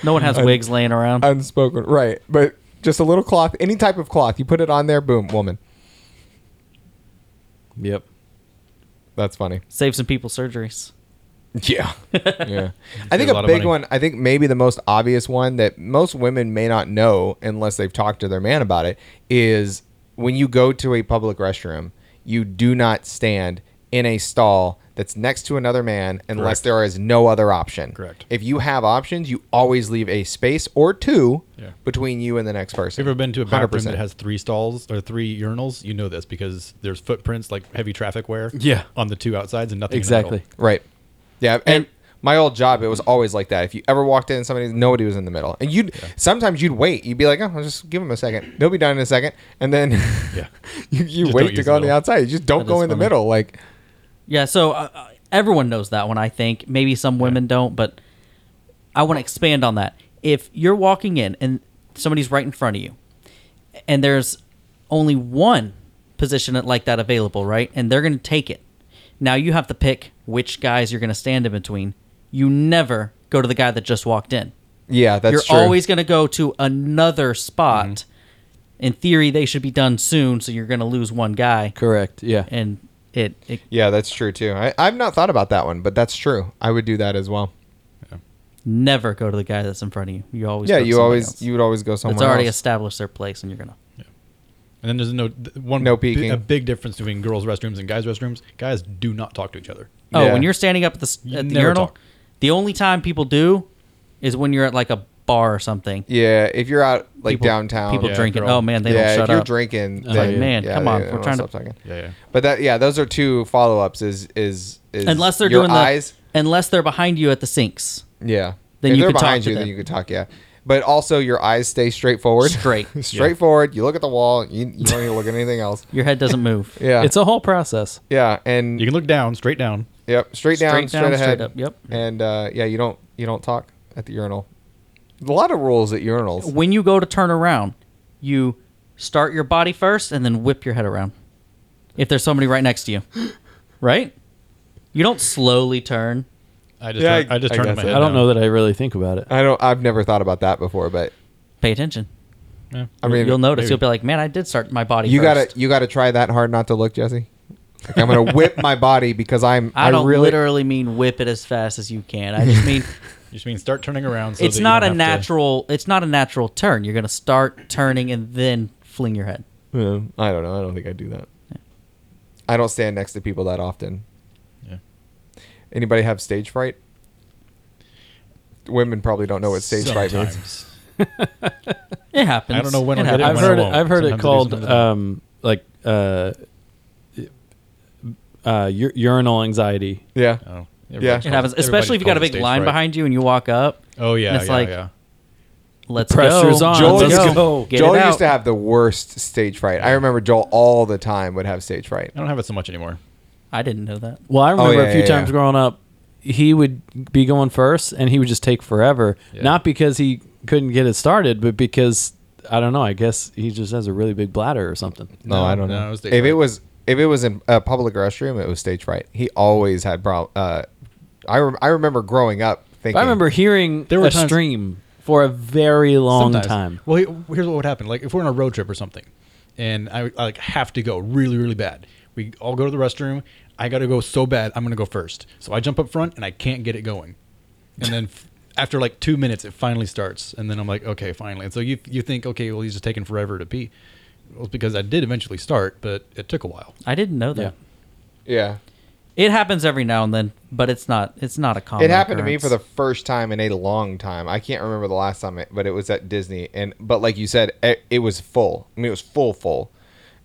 [SPEAKER 4] No one has wigs laying around.
[SPEAKER 3] unspoken right but just a little cloth any type of cloth you put it on there boom woman
[SPEAKER 1] Yep.
[SPEAKER 3] that's funny
[SPEAKER 4] Save some people surgeries.
[SPEAKER 3] yeah *laughs*
[SPEAKER 2] *laughs*
[SPEAKER 3] yeah i think
[SPEAKER 2] Saves
[SPEAKER 3] a,
[SPEAKER 2] a lot of
[SPEAKER 3] big
[SPEAKER 2] money.
[SPEAKER 3] one i think maybe the most obvious one that most women may not know unless they've talked to their man about it is when you go to a public restroom you do not stand in a stall that's next to another man unless
[SPEAKER 2] Correct.
[SPEAKER 3] there is no other option
[SPEAKER 2] Correct.
[SPEAKER 3] if you have options you always leave a space or two
[SPEAKER 2] Yeah.
[SPEAKER 3] between you and the next person
[SPEAKER 2] Have you ever been to a bathroom
[SPEAKER 3] 100%.
[SPEAKER 2] that has three stalls or three urinals? You know this because there's footprints like heavy traffic wear.
[SPEAKER 1] Yeah.
[SPEAKER 2] On the two outsides and nothing. in the middle.
[SPEAKER 1] Exactly.
[SPEAKER 3] Right. Yeah. And,
[SPEAKER 4] And-
[SPEAKER 3] my old job, it was always like that. If you ever walked in, somebody nobody was in the middle, and you'd sometimes you'd wait. You'd be like, "Oh, I'll just give them a second. They'll be done in a second. and then *laughs*
[SPEAKER 2] Yeah.
[SPEAKER 3] you, you
[SPEAKER 2] Just don't
[SPEAKER 3] wait to
[SPEAKER 2] use
[SPEAKER 3] go
[SPEAKER 2] the
[SPEAKER 3] on the
[SPEAKER 2] middle.
[SPEAKER 3] outside. You just don't
[SPEAKER 4] That
[SPEAKER 3] go
[SPEAKER 4] is
[SPEAKER 3] in the
[SPEAKER 4] funny.
[SPEAKER 3] middle. Like,
[SPEAKER 4] Yeah, so uh, uh, everyone knows that one, I think. Maybe some women don't, but I want to expand on that. If you're walking in and somebody's right in front of you, and there's only one position that- like that available, right? And they're going to take it. Now you have to pick which guys you're going to stand in between. You never go to the guy that just walked in.
[SPEAKER 3] yeah, that's
[SPEAKER 4] you're
[SPEAKER 3] true. Mm-hmm.
[SPEAKER 4] always going to go to another spot. In theory, they should be done soon, so you're going to lose one guy,
[SPEAKER 1] Correct. Yeah.
[SPEAKER 4] and it, it
[SPEAKER 3] yeah, that's true too. I, I've not thought about that one, but that's true. I would do that as well.
[SPEAKER 4] never go to the guy that's in front of you. You always
[SPEAKER 3] yeah,
[SPEAKER 4] go to
[SPEAKER 3] you
[SPEAKER 4] somebody
[SPEAKER 3] always
[SPEAKER 4] else.
[SPEAKER 3] you would always go somewhere.
[SPEAKER 4] that's already
[SPEAKER 3] else.
[SPEAKER 4] established their place, and you're gonna.
[SPEAKER 2] And then there's no th- one
[SPEAKER 3] No
[SPEAKER 2] bi-
[SPEAKER 3] peeking.
[SPEAKER 2] a big difference between girls' restrooms and guys' restrooms. Guys do not talk to each other.
[SPEAKER 4] Oh,
[SPEAKER 3] Yeah.
[SPEAKER 4] when you're standing up at the s-
[SPEAKER 2] You
[SPEAKER 4] at the
[SPEAKER 2] never
[SPEAKER 4] urinal,
[SPEAKER 2] talk.
[SPEAKER 4] the only time people do is when you're at like a bar or something.
[SPEAKER 3] yeah, if you're out like
[SPEAKER 4] people,
[SPEAKER 3] downtown,
[SPEAKER 4] people
[SPEAKER 2] Yeah,
[SPEAKER 4] drinking.
[SPEAKER 2] girl.
[SPEAKER 4] Oh man, they
[SPEAKER 3] yeah,
[SPEAKER 4] don't
[SPEAKER 3] if
[SPEAKER 4] shut
[SPEAKER 3] you're
[SPEAKER 4] up.
[SPEAKER 3] drinking,
[SPEAKER 1] It's
[SPEAKER 3] then-
[SPEAKER 1] like,
[SPEAKER 4] man, come
[SPEAKER 3] they-
[SPEAKER 4] on,
[SPEAKER 3] they
[SPEAKER 4] we're
[SPEAKER 3] don't
[SPEAKER 4] trying to-
[SPEAKER 3] stop talking.
[SPEAKER 2] Yeah, yeah.
[SPEAKER 3] But that yeah, those are two follow ups. Is is is
[SPEAKER 4] unless they're
[SPEAKER 3] your
[SPEAKER 4] doing
[SPEAKER 3] eyes.
[SPEAKER 4] the unless they're behind you at the sinks.
[SPEAKER 3] Yeah.
[SPEAKER 4] Then
[SPEAKER 3] if
[SPEAKER 4] you
[SPEAKER 3] they're
[SPEAKER 4] could talk
[SPEAKER 3] behind
[SPEAKER 4] to
[SPEAKER 3] you,
[SPEAKER 4] them.
[SPEAKER 3] then you can talk. Yeah. But also, your eyes stay straight forward. *laughs*
[SPEAKER 4] Straight.
[SPEAKER 3] straight forward. You look at the wall. You, you don't need to look at anything else.
[SPEAKER 4] Your head doesn't move.
[SPEAKER 3] *laughs* Yeah.
[SPEAKER 1] It's a whole process.
[SPEAKER 3] yeah. And
[SPEAKER 2] You can look down, straight down.
[SPEAKER 3] yep. Straight down. Straight, ahead.
[SPEAKER 4] up. Yep.
[SPEAKER 3] And uh, yeah, you don't you don't talk at the urinal. A lot of rules at urinals.
[SPEAKER 4] When you go to turn around, you start your body first, and then whip your head around. If there's somebody right next to you, *gasps* right? You don't slowly turn.
[SPEAKER 2] I just
[SPEAKER 3] Yeah,
[SPEAKER 2] turn, I,
[SPEAKER 3] I-
[SPEAKER 2] just
[SPEAKER 3] I
[SPEAKER 2] turned
[SPEAKER 3] guess
[SPEAKER 2] my
[SPEAKER 3] it.
[SPEAKER 2] head.
[SPEAKER 1] I don't
[SPEAKER 2] down.
[SPEAKER 1] know that I really think about it.
[SPEAKER 3] I don't. I've never thought about that before, but
[SPEAKER 4] Pay attention.
[SPEAKER 2] Yeah.
[SPEAKER 3] I mean,
[SPEAKER 4] you'll notice.
[SPEAKER 2] maybe.
[SPEAKER 4] You'll be like, man, I did start my body.
[SPEAKER 3] you got
[SPEAKER 4] first.
[SPEAKER 3] to you got to try that hard not to look, Jesse. Like, I'm gonna
[SPEAKER 4] *laughs*
[SPEAKER 3] whip my body because I'm.
[SPEAKER 4] I don't
[SPEAKER 3] really,
[SPEAKER 4] literally mean whip it as fast as you can. I
[SPEAKER 3] *laughs*
[SPEAKER 4] just mean
[SPEAKER 2] You just mean start turning around. So
[SPEAKER 4] it's
[SPEAKER 2] that you
[SPEAKER 4] not
[SPEAKER 2] don't
[SPEAKER 4] a
[SPEAKER 2] have to-
[SPEAKER 4] natural. It's not a natural turn. You're gonna start turning and then fling your head.
[SPEAKER 3] Yeah, I don't know. I don't think I do that. I don't stand next to people that often.
[SPEAKER 2] Yeah.
[SPEAKER 3] Anybody have stage fright? Women probably don't know what stage fright means.
[SPEAKER 2] Sometimes.
[SPEAKER 4] It happens.
[SPEAKER 2] I don't know when
[SPEAKER 4] it
[SPEAKER 2] I'll get it,
[SPEAKER 4] happens.
[SPEAKER 1] I've
[SPEAKER 2] when I
[SPEAKER 1] heard it,
[SPEAKER 2] won't.
[SPEAKER 1] I've heard it
[SPEAKER 2] Sometimes I do,
[SPEAKER 1] called
[SPEAKER 2] sometimes I don't.
[SPEAKER 1] um, like uh, uh, u- urinal anxiety.
[SPEAKER 3] Yeah.
[SPEAKER 2] Oh,
[SPEAKER 3] Yeah.
[SPEAKER 2] everybody
[SPEAKER 4] It happens,
[SPEAKER 2] calls
[SPEAKER 4] especially if you
[SPEAKER 2] calls
[SPEAKER 4] got
[SPEAKER 2] it
[SPEAKER 4] a big
[SPEAKER 2] stage
[SPEAKER 4] line
[SPEAKER 2] fright.
[SPEAKER 4] behind you and you walk up.
[SPEAKER 2] Oh yeah,
[SPEAKER 4] and it's
[SPEAKER 2] yeah,
[SPEAKER 4] like,
[SPEAKER 2] yeah.
[SPEAKER 4] Let's
[SPEAKER 1] Pressure's
[SPEAKER 4] go.
[SPEAKER 1] on.
[SPEAKER 3] Joel
[SPEAKER 1] Let's
[SPEAKER 3] used-
[SPEAKER 1] go.
[SPEAKER 4] Get
[SPEAKER 3] Joel
[SPEAKER 4] it out.
[SPEAKER 3] used to have the worst stage fright. I remember Joel all the time would have stage fright.
[SPEAKER 2] I don't have it so much anymore.
[SPEAKER 4] I didn't know that.
[SPEAKER 1] Well, I
[SPEAKER 2] Oh,
[SPEAKER 1] remember
[SPEAKER 3] yeah,
[SPEAKER 1] a few
[SPEAKER 3] yeah,
[SPEAKER 1] times
[SPEAKER 3] yeah.
[SPEAKER 1] growing up, he would be going first, and he would just take forever.
[SPEAKER 2] Yeah.
[SPEAKER 1] Not because he couldn't get it started, but because I don't know. I guess he just has a really big bladder or something.
[SPEAKER 3] No,
[SPEAKER 2] No,
[SPEAKER 3] I don't
[SPEAKER 2] no, it
[SPEAKER 3] know.
[SPEAKER 2] was
[SPEAKER 3] if
[SPEAKER 2] stage
[SPEAKER 3] it
[SPEAKER 2] fright.
[SPEAKER 3] was if it was in a public restroom, it was stage fright. He always had problem. Uh, I rem- I remember growing up thinking.
[SPEAKER 1] I remember hearing
[SPEAKER 2] There were
[SPEAKER 1] a
[SPEAKER 2] times-
[SPEAKER 1] stream for a very long
[SPEAKER 2] Sometimes.
[SPEAKER 1] time.
[SPEAKER 2] Well, he- here's what would happen. Like if we're on a road trip or something, and I, I like have to go really, really bad. We all go to the restroom. I got to go so bad. I'm gonna go first. So I jump up front and I can't get it going. And then f- after like two minutes, it finally starts. And then I'm like, okay, finally. And so you you think, okay, well he's just taking forever to pee. Well, it's because I did eventually start, but it took a while.
[SPEAKER 4] I didn't know that.
[SPEAKER 3] Yeah.
[SPEAKER 4] It happens every now and then, but it's not it's not a common.
[SPEAKER 3] It happened to me for the
[SPEAKER 4] occurrence.
[SPEAKER 3] first time in a long time. I can't remember the last time, it, but it was at Disney. And but like you said, it, it was full. I mean, it was full, full.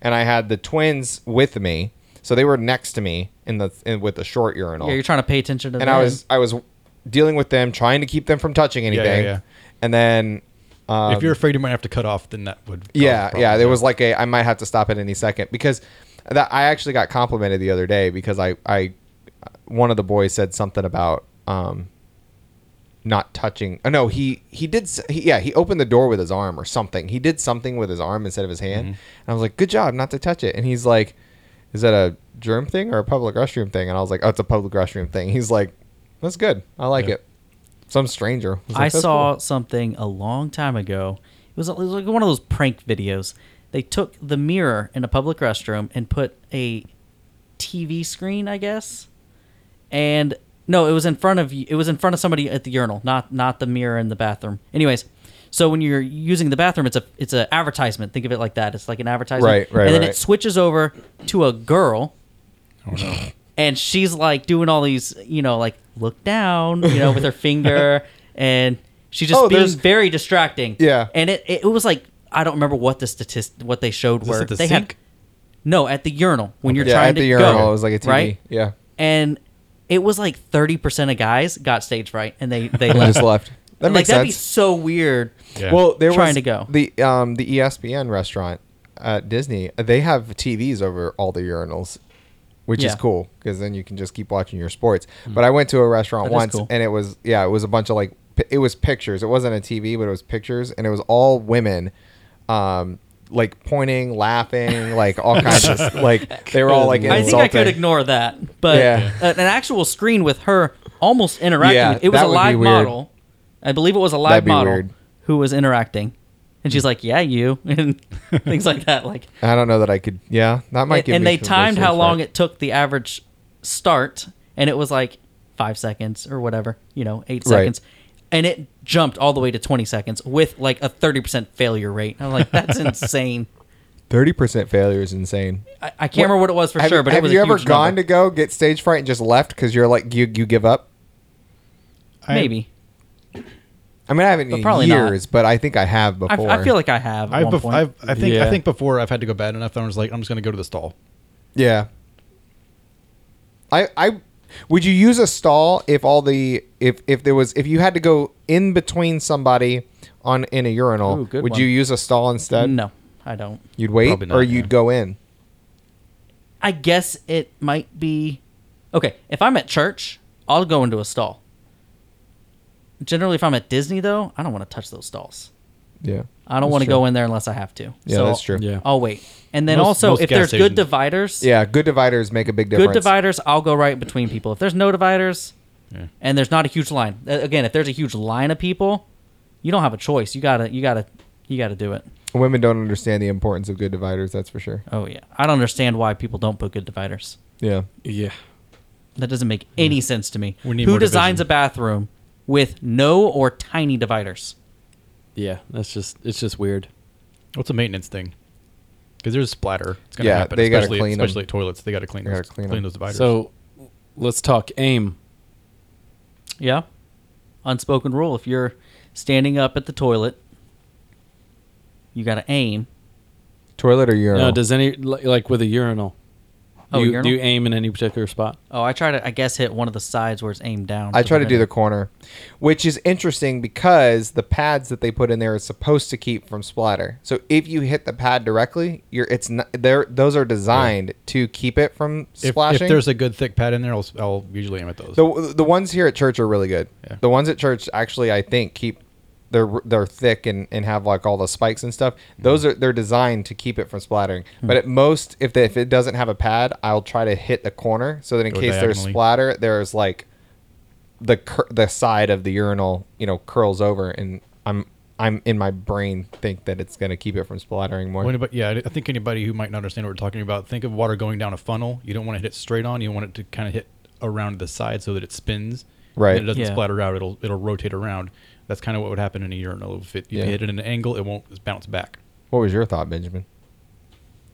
[SPEAKER 3] And I had the twins with me, so they were next to me in the in, with the short urinal.
[SPEAKER 4] Yeah, you're trying to pay attention to
[SPEAKER 3] and
[SPEAKER 4] that.
[SPEAKER 3] I was I was dealing with them, trying to keep them from touching
[SPEAKER 2] yeah,
[SPEAKER 3] anything.
[SPEAKER 2] yeah.
[SPEAKER 3] And then, um,
[SPEAKER 2] if you're afraid you might have to cut off, then that would. cause
[SPEAKER 4] Oh,
[SPEAKER 3] yeah,
[SPEAKER 2] problems.
[SPEAKER 3] yeah, there was like a I might have to stop at any second because that I actually got complimented the other day because I I one of the boys said something about um not touching. Oh no, he he did s- he, yeah, he opened the door with his arm or something. He did something with his arm instead of his
[SPEAKER 4] Mm-hmm.
[SPEAKER 3] hand. And I was like, "Good job, not to touch it." And he's like, "Is that a germ thing or a public restroom thing?" And I was like, "Oh, it's a public restroom thing." He's like, "That's good. I like
[SPEAKER 2] Yeah.
[SPEAKER 3] it." Some stranger. was like,
[SPEAKER 4] I
[SPEAKER 3] "That's
[SPEAKER 4] saw
[SPEAKER 3] cool."
[SPEAKER 4] something a long time ago. It was, it was like one of those prank videos. They took the mirror in a public restroom and put a TV screen, I guess. And no, it was in front of you. It was in front of somebody at the urinal, not not the mirror in the bathroom. Anyways, so when you're using the bathroom, it's a it's an advertisement. Think of it like that. It's like an advertisement.
[SPEAKER 3] Right, right,
[SPEAKER 4] And then
[SPEAKER 3] right.
[SPEAKER 4] it switches over to a girl and she's like doing all these, you know, like look down, you know, with
[SPEAKER 3] *laughs*
[SPEAKER 4] her finger, and she's just
[SPEAKER 3] Oh,
[SPEAKER 4] being
[SPEAKER 3] there's-
[SPEAKER 4] very distracting.
[SPEAKER 3] Yeah.
[SPEAKER 4] and it, it was like I don't remember what the statist what they showed
[SPEAKER 2] Is
[SPEAKER 4] were
[SPEAKER 2] this at the
[SPEAKER 4] they
[SPEAKER 2] sink?
[SPEAKER 4] had no at the urinal when you're
[SPEAKER 3] yeah,
[SPEAKER 4] trying
[SPEAKER 3] at the
[SPEAKER 4] to
[SPEAKER 3] urinal.
[SPEAKER 4] go,
[SPEAKER 3] it was like a TV.
[SPEAKER 4] right?
[SPEAKER 3] Yeah.
[SPEAKER 4] and it was like thirty percent of guys got stage fright and they they
[SPEAKER 3] I
[SPEAKER 4] left.
[SPEAKER 3] just left. *laughs* That
[SPEAKER 4] like
[SPEAKER 3] makes
[SPEAKER 4] that'd be
[SPEAKER 3] sense.
[SPEAKER 4] so weird.
[SPEAKER 2] Yeah.
[SPEAKER 3] Well, they were
[SPEAKER 4] Trying to go.
[SPEAKER 3] the um the ESPN restaurant at Disney. uh, They have TVs over all the urinals, which is
[SPEAKER 4] Yeah. Mm.
[SPEAKER 3] cool because then you can just keep watching your sports. But I went to a restaurant
[SPEAKER 4] That is
[SPEAKER 3] once
[SPEAKER 4] cool.
[SPEAKER 3] and it was yeah, it was a bunch of like pi- it was pictures. It wasn't a TV, but it was pictures, and it was all women. Um, like pointing, laughing, like all kinds
[SPEAKER 4] *laughs*
[SPEAKER 3] of like they were all like
[SPEAKER 4] I think I could
[SPEAKER 3] insulting.
[SPEAKER 4] ignore that, but
[SPEAKER 3] Yeah.
[SPEAKER 4] a- an actual screen with her almost interacting.
[SPEAKER 3] Yeah,
[SPEAKER 4] with, it was
[SPEAKER 3] that
[SPEAKER 4] a
[SPEAKER 3] would be
[SPEAKER 4] live
[SPEAKER 3] weird.
[SPEAKER 4] model. I believe it was a live
[SPEAKER 3] That'd be
[SPEAKER 4] model
[SPEAKER 3] weird.
[SPEAKER 4] who was interacting, and she's like, "Yeah, you," *laughs* and things like that. Like,
[SPEAKER 3] I don't know that I could. Yeah, that might
[SPEAKER 4] and,
[SPEAKER 3] give.
[SPEAKER 4] and
[SPEAKER 3] me
[SPEAKER 4] they
[SPEAKER 3] some
[SPEAKER 4] timed
[SPEAKER 3] sort
[SPEAKER 4] how
[SPEAKER 3] of
[SPEAKER 4] long
[SPEAKER 3] fright.
[SPEAKER 4] it took the average start, and it was like five seconds or whatever, you know, eight
[SPEAKER 3] Right.
[SPEAKER 4] seconds, and it jumped all the way to twenty seconds with like a thirty percent failure rate. I'm
[SPEAKER 3] *laughs*
[SPEAKER 4] like, that's insane.
[SPEAKER 3] Thirty percent failure is insane.
[SPEAKER 4] I, I can't remember what it was for
[SPEAKER 3] have
[SPEAKER 4] sure,
[SPEAKER 3] you,
[SPEAKER 4] but
[SPEAKER 3] have
[SPEAKER 4] it was
[SPEAKER 3] you
[SPEAKER 4] a
[SPEAKER 3] ever
[SPEAKER 4] huge
[SPEAKER 3] gone
[SPEAKER 4] number.
[SPEAKER 3] to go get stage fright and just left because you're like you you give up?
[SPEAKER 2] I-
[SPEAKER 4] maybe.
[SPEAKER 3] I mean, I haven't in
[SPEAKER 4] probably not.
[SPEAKER 3] years, but I think I have
[SPEAKER 4] I,
[SPEAKER 3] before.
[SPEAKER 4] I feel like I have. At
[SPEAKER 2] I've
[SPEAKER 4] one
[SPEAKER 2] bef-
[SPEAKER 4] point.
[SPEAKER 2] I've, I think I
[SPEAKER 1] Yeah.
[SPEAKER 2] think before I've had to go bad enough that I was like I'm just gonna go to the stall.
[SPEAKER 3] yeah. I I would you use a stall if all the if if there was if you had to go in between somebody on in a urinal?
[SPEAKER 4] Ooh, good
[SPEAKER 3] would
[SPEAKER 4] one.
[SPEAKER 3] you use a stall instead?
[SPEAKER 4] no, I don't.
[SPEAKER 3] you'd wait
[SPEAKER 2] Probably not,
[SPEAKER 3] or
[SPEAKER 2] yeah.
[SPEAKER 3] you'd go in.
[SPEAKER 4] I guess it might be. Okay, if I'm at church, I'll go into a stall. Generally, if I'm at Disney, though, I don't want to touch those stalls.
[SPEAKER 3] Yeah,
[SPEAKER 4] I don't
[SPEAKER 3] That's
[SPEAKER 4] want to
[SPEAKER 3] true.
[SPEAKER 4] go in there unless I have to.
[SPEAKER 3] Yeah,
[SPEAKER 4] So
[SPEAKER 3] that's true.
[SPEAKER 1] Yeah.
[SPEAKER 4] I'll wait. And then
[SPEAKER 2] Most-
[SPEAKER 4] also,
[SPEAKER 2] most
[SPEAKER 4] if
[SPEAKER 2] gas
[SPEAKER 4] there's
[SPEAKER 2] stations-
[SPEAKER 4] good dividers,
[SPEAKER 3] Yeah, good dividers make a big difference.
[SPEAKER 4] good dividers, I'll go right between people. If there's no dividers,
[SPEAKER 2] Yeah.
[SPEAKER 4] and there's not a huge line, uh, again, if there's a huge line of people, you don't have a choice. You gotta, you gotta, you gotta do it.
[SPEAKER 3] Women don't understand the importance of good dividers. That's for sure.
[SPEAKER 4] Oh yeah, I don't understand why people don't put good dividers.
[SPEAKER 3] Yeah,
[SPEAKER 1] Yeah.
[SPEAKER 4] That doesn't make any sense to me.
[SPEAKER 2] Hmm. We need
[SPEAKER 4] Who
[SPEAKER 2] more
[SPEAKER 4] designs
[SPEAKER 2] division.
[SPEAKER 4] a bathroom with no or tiny dividers?
[SPEAKER 1] Yeah. That's just it's just weird.
[SPEAKER 2] What's a maintenance thing? Because there's splatter. It's gonna
[SPEAKER 3] Yeah,
[SPEAKER 2] happen.
[SPEAKER 3] they gotta
[SPEAKER 2] especially,
[SPEAKER 3] clean 'em.
[SPEAKER 2] especially at toilets. They gotta clean
[SPEAKER 3] They
[SPEAKER 2] those,
[SPEAKER 3] gotta clean
[SPEAKER 2] clean,
[SPEAKER 3] 'em.
[SPEAKER 2] those dividers.
[SPEAKER 1] So let's talk aim.
[SPEAKER 4] Yeah. Unspoken rule. If you're standing up at the toilet, you got to aim.
[SPEAKER 3] toilet or urinal.
[SPEAKER 1] No, does any li- like with a urinal?
[SPEAKER 4] Oh,
[SPEAKER 1] you,
[SPEAKER 4] urinal?
[SPEAKER 1] Do you aim in any particular spot?
[SPEAKER 4] Oh, I try to, I guess, hit one of the sides where it's aimed down.
[SPEAKER 3] I
[SPEAKER 4] the
[SPEAKER 3] try to do
[SPEAKER 4] middle.
[SPEAKER 3] the corner, which is interesting because the pads that they put in there is supposed to keep from splatter. So if you hit the pad directly, you're it's not there. Those are designed to keep it from
[SPEAKER 2] if,
[SPEAKER 3] splashing.
[SPEAKER 2] if there's a good thick pad in there, I'll, s- I'll usually aim at those.
[SPEAKER 3] the the ones here at church are really good.
[SPEAKER 2] Yeah.
[SPEAKER 3] The ones at church actually, I think, keep they're they're thick and, and have like all the spikes and stuff.
[SPEAKER 2] Mm-hmm.
[SPEAKER 3] Those are they're designed to keep it from splattering.
[SPEAKER 2] Hmm.
[SPEAKER 3] But at most, if they, if it doesn't have a pad, I'll try to hit the corner so that in
[SPEAKER 2] Go
[SPEAKER 3] case there's
[SPEAKER 2] diagonally.
[SPEAKER 3] splatter, there's like the cur- the side of the urinal, you know, curls over and I'm I'm in my brain think that it's gonna keep it from splattering more.
[SPEAKER 2] Well, anybody, yeah, I think anybody who might not understand what we're talking about, think of water going down a funnel. You don't want to hit it straight on. You want it to kind of hit around the side so that it spins.
[SPEAKER 3] Right.
[SPEAKER 2] And it doesn't
[SPEAKER 4] Yeah.
[SPEAKER 2] splatter out. It'll it'll rotate around. That's kind of what would happen in a urinal. If it, if
[SPEAKER 3] Yeah.
[SPEAKER 2] you hit it at an angle, it won't bounce back.
[SPEAKER 3] What was your thought, Benjamin?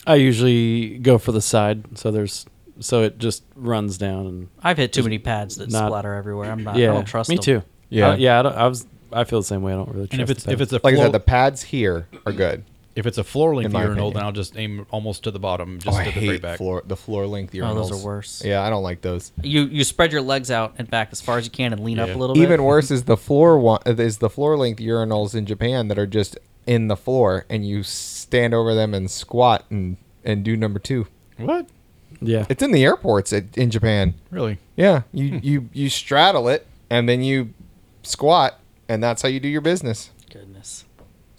[SPEAKER 1] I usually go for the side, so there's so it just runs down and
[SPEAKER 4] I've hit too many pads that
[SPEAKER 1] not-
[SPEAKER 4] splatter everywhere. I'm not.
[SPEAKER 1] yeah.
[SPEAKER 4] I don't trust.
[SPEAKER 1] me
[SPEAKER 4] 'em.
[SPEAKER 1] too.
[SPEAKER 3] Yeah.
[SPEAKER 1] I, yeah. I, don't, I was I feel the same way. I don't really trust.
[SPEAKER 2] And if it's
[SPEAKER 1] the
[SPEAKER 2] if
[SPEAKER 1] pedal.
[SPEAKER 2] it's a
[SPEAKER 3] Like I
[SPEAKER 2] floor,
[SPEAKER 3] said, the pads here are good.
[SPEAKER 2] if it's a floor length
[SPEAKER 3] in my
[SPEAKER 2] urinal,
[SPEAKER 3] opinion.
[SPEAKER 2] then I'll just aim almost to the bottom, just
[SPEAKER 3] oh, I
[SPEAKER 2] to the very
[SPEAKER 3] hate
[SPEAKER 2] back.
[SPEAKER 3] floor the floor length
[SPEAKER 4] Oh,
[SPEAKER 3] urinals.
[SPEAKER 4] those are worse.
[SPEAKER 3] Yeah, I don't like those.
[SPEAKER 4] You you spread your legs out and back as far as you can and lean up
[SPEAKER 2] Yeah.
[SPEAKER 4] a little. bit.
[SPEAKER 3] Even
[SPEAKER 4] *laughs*
[SPEAKER 3] worse is the floor one is the floor length urinals in Japan that are just in the floor and you stand over them and squat and and do number two.
[SPEAKER 2] What?
[SPEAKER 1] yeah.
[SPEAKER 3] It's in the airports at, in Japan.
[SPEAKER 2] Really?
[SPEAKER 3] Yeah, you
[SPEAKER 4] Hmm.
[SPEAKER 3] you you straddle it and then you squat and that's how you do your business.
[SPEAKER 4] Goodness,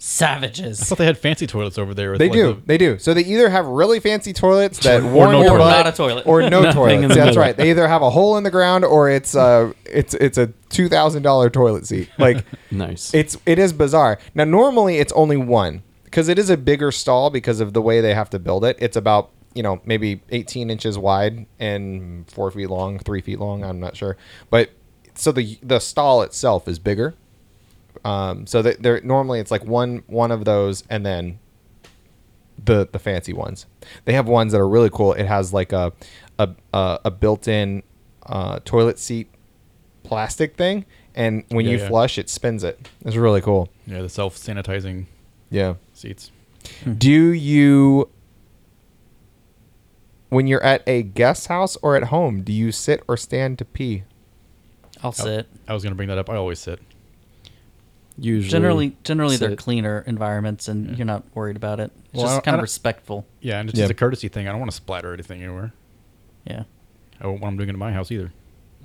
[SPEAKER 2] I
[SPEAKER 4] savages.
[SPEAKER 2] thought they had fancy toilets over there. with
[SPEAKER 3] They
[SPEAKER 2] like
[SPEAKER 3] do.
[SPEAKER 2] the-
[SPEAKER 3] they do. So they either have really fancy toilets
[SPEAKER 2] *laughs*
[SPEAKER 3] that warm
[SPEAKER 2] no
[SPEAKER 3] your
[SPEAKER 2] toilet.
[SPEAKER 3] butt,
[SPEAKER 4] Not a toilet. *laughs*
[SPEAKER 3] or no
[SPEAKER 1] Nothing in
[SPEAKER 3] toilets.
[SPEAKER 1] the
[SPEAKER 3] That's
[SPEAKER 1] middle.
[SPEAKER 3] right. They either have a hole in the ground or it's uh it's it's a two thousand dollar toilet seat.
[SPEAKER 4] *laughs*
[SPEAKER 3] Like
[SPEAKER 1] nice.
[SPEAKER 3] it's it is bizarre. Now normally it's only one because it is a bigger stall because of the way they have to build it. It's about you know maybe 18 inches wide and four feet long, three feet long. I'm not sure, but so the the stall itself is bigger. Um, so that they're normally it's like one one of those and then the the fancy ones. They have ones that are really cool. It has like a a a, a built-in uh, toilet seat plastic thing, and when
[SPEAKER 2] Yeah,
[SPEAKER 3] you
[SPEAKER 2] yeah.
[SPEAKER 3] flush, it spins it. It's really cool.
[SPEAKER 2] Yeah, the self sanitizing
[SPEAKER 3] Yeah.
[SPEAKER 2] seats.
[SPEAKER 3] Do you when you're at a guest house or at home, do you sit or stand to pee?
[SPEAKER 4] I'll sit.
[SPEAKER 2] I was gonna bring that up. I always sit.
[SPEAKER 1] usually
[SPEAKER 4] Generally, generally they're
[SPEAKER 1] sit.
[SPEAKER 4] cleaner environments, and you're not worried about it. It's
[SPEAKER 2] Well, I don't-
[SPEAKER 4] just
[SPEAKER 2] I
[SPEAKER 4] kind of
[SPEAKER 2] don't-
[SPEAKER 4] respectful.
[SPEAKER 2] Yeah, and it's
[SPEAKER 3] Yeah.
[SPEAKER 2] just a courtesy thing. I don't want to splatter anything anywhere.
[SPEAKER 4] Yeah.
[SPEAKER 2] I don't want them doing it in my house either.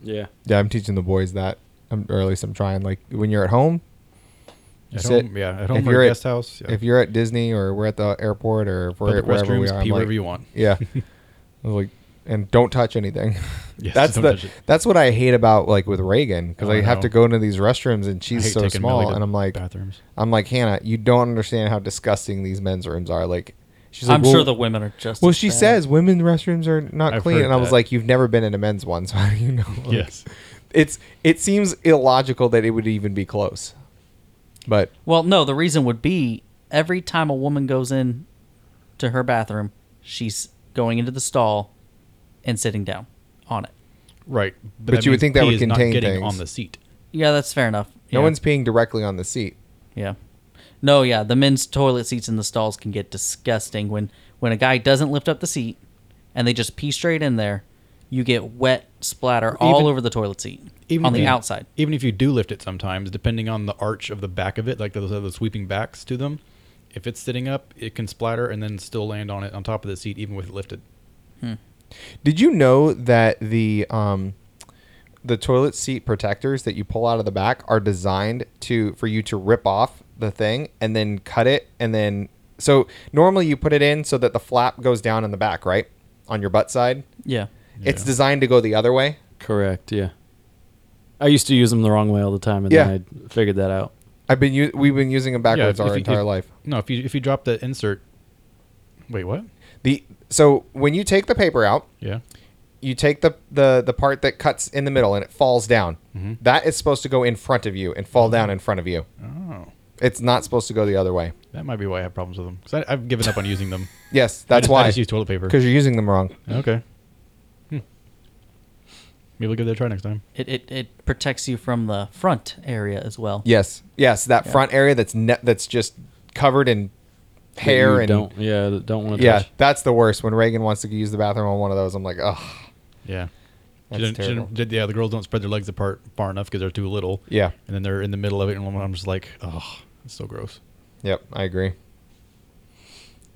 [SPEAKER 1] Yeah.
[SPEAKER 3] Yeah, I'm teaching the boys that. I'm, or at least I'm trying. Like when you're at home,
[SPEAKER 2] At
[SPEAKER 3] Sit.
[SPEAKER 2] home, yeah.
[SPEAKER 3] If
[SPEAKER 2] At home
[SPEAKER 3] you're
[SPEAKER 2] or
[SPEAKER 3] at-
[SPEAKER 2] at, guest house. Yeah.
[SPEAKER 3] if you're at Disney or we're at the airport or if we're
[SPEAKER 2] Public
[SPEAKER 3] at wherever we
[SPEAKER 2] restrooms,
[SPEAKER 3] are, I'm
[SPEAKER 2] pee
[SPEAKER 3] like- *laughs*
[SPEAKER 2] wherever you want. *laughs*
[SPEAKER 3] Yeah. I was like, and don't touch *laughs* anything.
[SPEAKER 2] Yes,
[SPEAKER 3] that's
[SPEAKER 2] don't
[SPEAKER 3] the
[SPEAKER 2] touch it.
[SPEAKER 3] that's what I hate about like with Reagan because
[SPEAKER 2] Oh,
[SPEAKER 3] I
[SPEAKER 2] I
[SPEAKER 3] have
[SPEAKER 2] know.
[SPEAKER 3] to go into these restrooms and
[SPEAKER 2] I
[SPEAKER 3] she's
[SPEAKER 2] hate
[SPEAKER 3] so
[SPEAKER 2] taking Millie
[SPEAKER 3] small,
[SPEAKER 2] to
[SPEAKER 3] and I'm like,
[SPEAKER 2] bathrooms.
[SPEAKER 3] I'm like Hannah, you don't understand how disgusting these men's rooms are. Like, she's like,
[SPEAKER 4] I'm
[SPEAKER 3] well,
[SPEAKER 4] sure the women are just.
[SPEAKER 3] well,
[SPEAKER 4] as
[SPEAKER 3] she
[SPEAKER 4] bad.
[SPEAKER 3] says women restrooms are not
[SPEAKER 2] I've
[SPEAKER 3] clean,
[SPEAKER 2] heard
[SPEAKER 3] and I was
[SPEAKER 2] that.
[SPEAKER 3] like, you've never been in a men's one, *laughs* so how do you know? Like,
[SPEAKER 2] Yes.
[SPEAKER 3] it's it seems illogical that it would even be close, but
[SPEAKER 4] Well, no, the reason would be every time a woman goes in to her bathroom, she's going into the stall and sitting down on it.
[SPEAKER 2] Right.
[SPEAKER 3] But
[SPEAKER 2] that
[SPEAKER 3] you would
[SPEAKER 2] means
[SPEAKER 3] think that
[SPEAKER 2] pee
[SPEAKER 3] would
[SPEAKER 2] is not
[SPEAKER 3] contain
[SPEAKER 2] getting
[SPEAKER 3] things.
[SPEAKER 2] on the seat.
[SPEAKER 4] Yeah, that's fair enough.
[SPEAKER 3] no
[SPEAKER 4] Yeah.
[SPEAKER 3] one's peeing directly on the seat.
[SPEAKER 4] Yeah. No, yeah, the men's toilet seats in the stalls can get disgusting when when a guy doesn't lift up the seat and they just pee straight in there. You get wet splatter all
[SPEAKER 2] Even-
[SPEAKER 4] over the toilet seat
[SPEAKER 2] even
[SPEAKER 4] on
[SPEAKER 2] if
[SPEAKER 4] the
[SPEAKER 2] you-
[SPEAKER 4] outside.
[SPEAKER 2] Even if you do lift it sometimes, depending on the arch of the back of it, like those have the sweeping backs to them, if it's sitting up, it can splatter and then still land on it on top of the seat, even with it lifted.
[SPEAKER 3] Did you know that the um, the toilet seat protectors that you pull out of the back are designed to for you to rip off the thing and then cut it and then so normally you put it in so that the flap goes down in the back, right? On your butt side.
[SPEAKER 4] Yeah.
[SPEAKER 3] It's designed to go the other way.
[SPEAKER 1] Correct. Yeah. I used to use them the wrong way all the time, and
[SPEAKER 3] Yeah.
[SPEAKER 1] then I figured that out.
[SPEAKER 3] I've been u- we've been using them backwards
[SPEAKER 2] if-
[SPEAKER 3] our
[SPEAKER 2] if you-
[SPEAKER 3] entire
[SPEAKER 2] if-
[SPEAKER 3] life.
[SPEAKER 2] No, if you if you drop the insert. Wait, what?
[SPEAKER 3] The so when you take the paper out,
[SPEAKER 2] Yeah.
[SPEAKER 3] you take the the the part that cuts in the middle and it falls down.
[SPEAKER 2] Mm-hmm.
[SPEAKER 3] That is supposed to go in front of you and fall down in front of you.
[SPEAKER 2] Oh,
[SPEAKER 3] It's not supposed to go the other way.
[SPEAKER 2] that might be why I have problems with them. Because I've given up on using them.
[SPEAKER 3] Yes,
[SPEAKER 2] I
[SPEAKER 3] *laughs* that's
[SPEAKER 2] just- I
[SPEAKER 3] why.
[SPEAKER 2] just use toilet paper.
[SPEAKER 3] Because you're using them wrong.
[SPEAKER 2] Okay. Hmm. Maybe we'll give that a try next time.
[SPEAKER 4] It, it it protects you from the front area as well.
[SPEAKER 3] Yes, yes, that front area that's ne- that's just covered in hair
[SPEAKER 1] You
[SPEAKER 3] and
[SPEAKER 1] don't. Yeah. that Don't want to.
[SPEAKER 3] yeah,
[SPEAKER 1] Touch.
[SPEAKER 3] that's the worst. When Reagan wants to use the bathroom on one of those, I'm like, ugh,
[SPEAKER 2] Yeah.
[SPEAKER 3] That's
[SPEAKER 2] Shouldn't- shouldn't-
[SPEAKER 3] terrible.
[SPEAKER 2] did- yeah, the girls don't spread their legs apart far enough because they're too little.
[SPEAKER 3] yeah,
[SPEAKER 2] And then they're in the middle of it, and I'm just like, oh, it's so gross.
[SPEAKER 3] yep, I agree.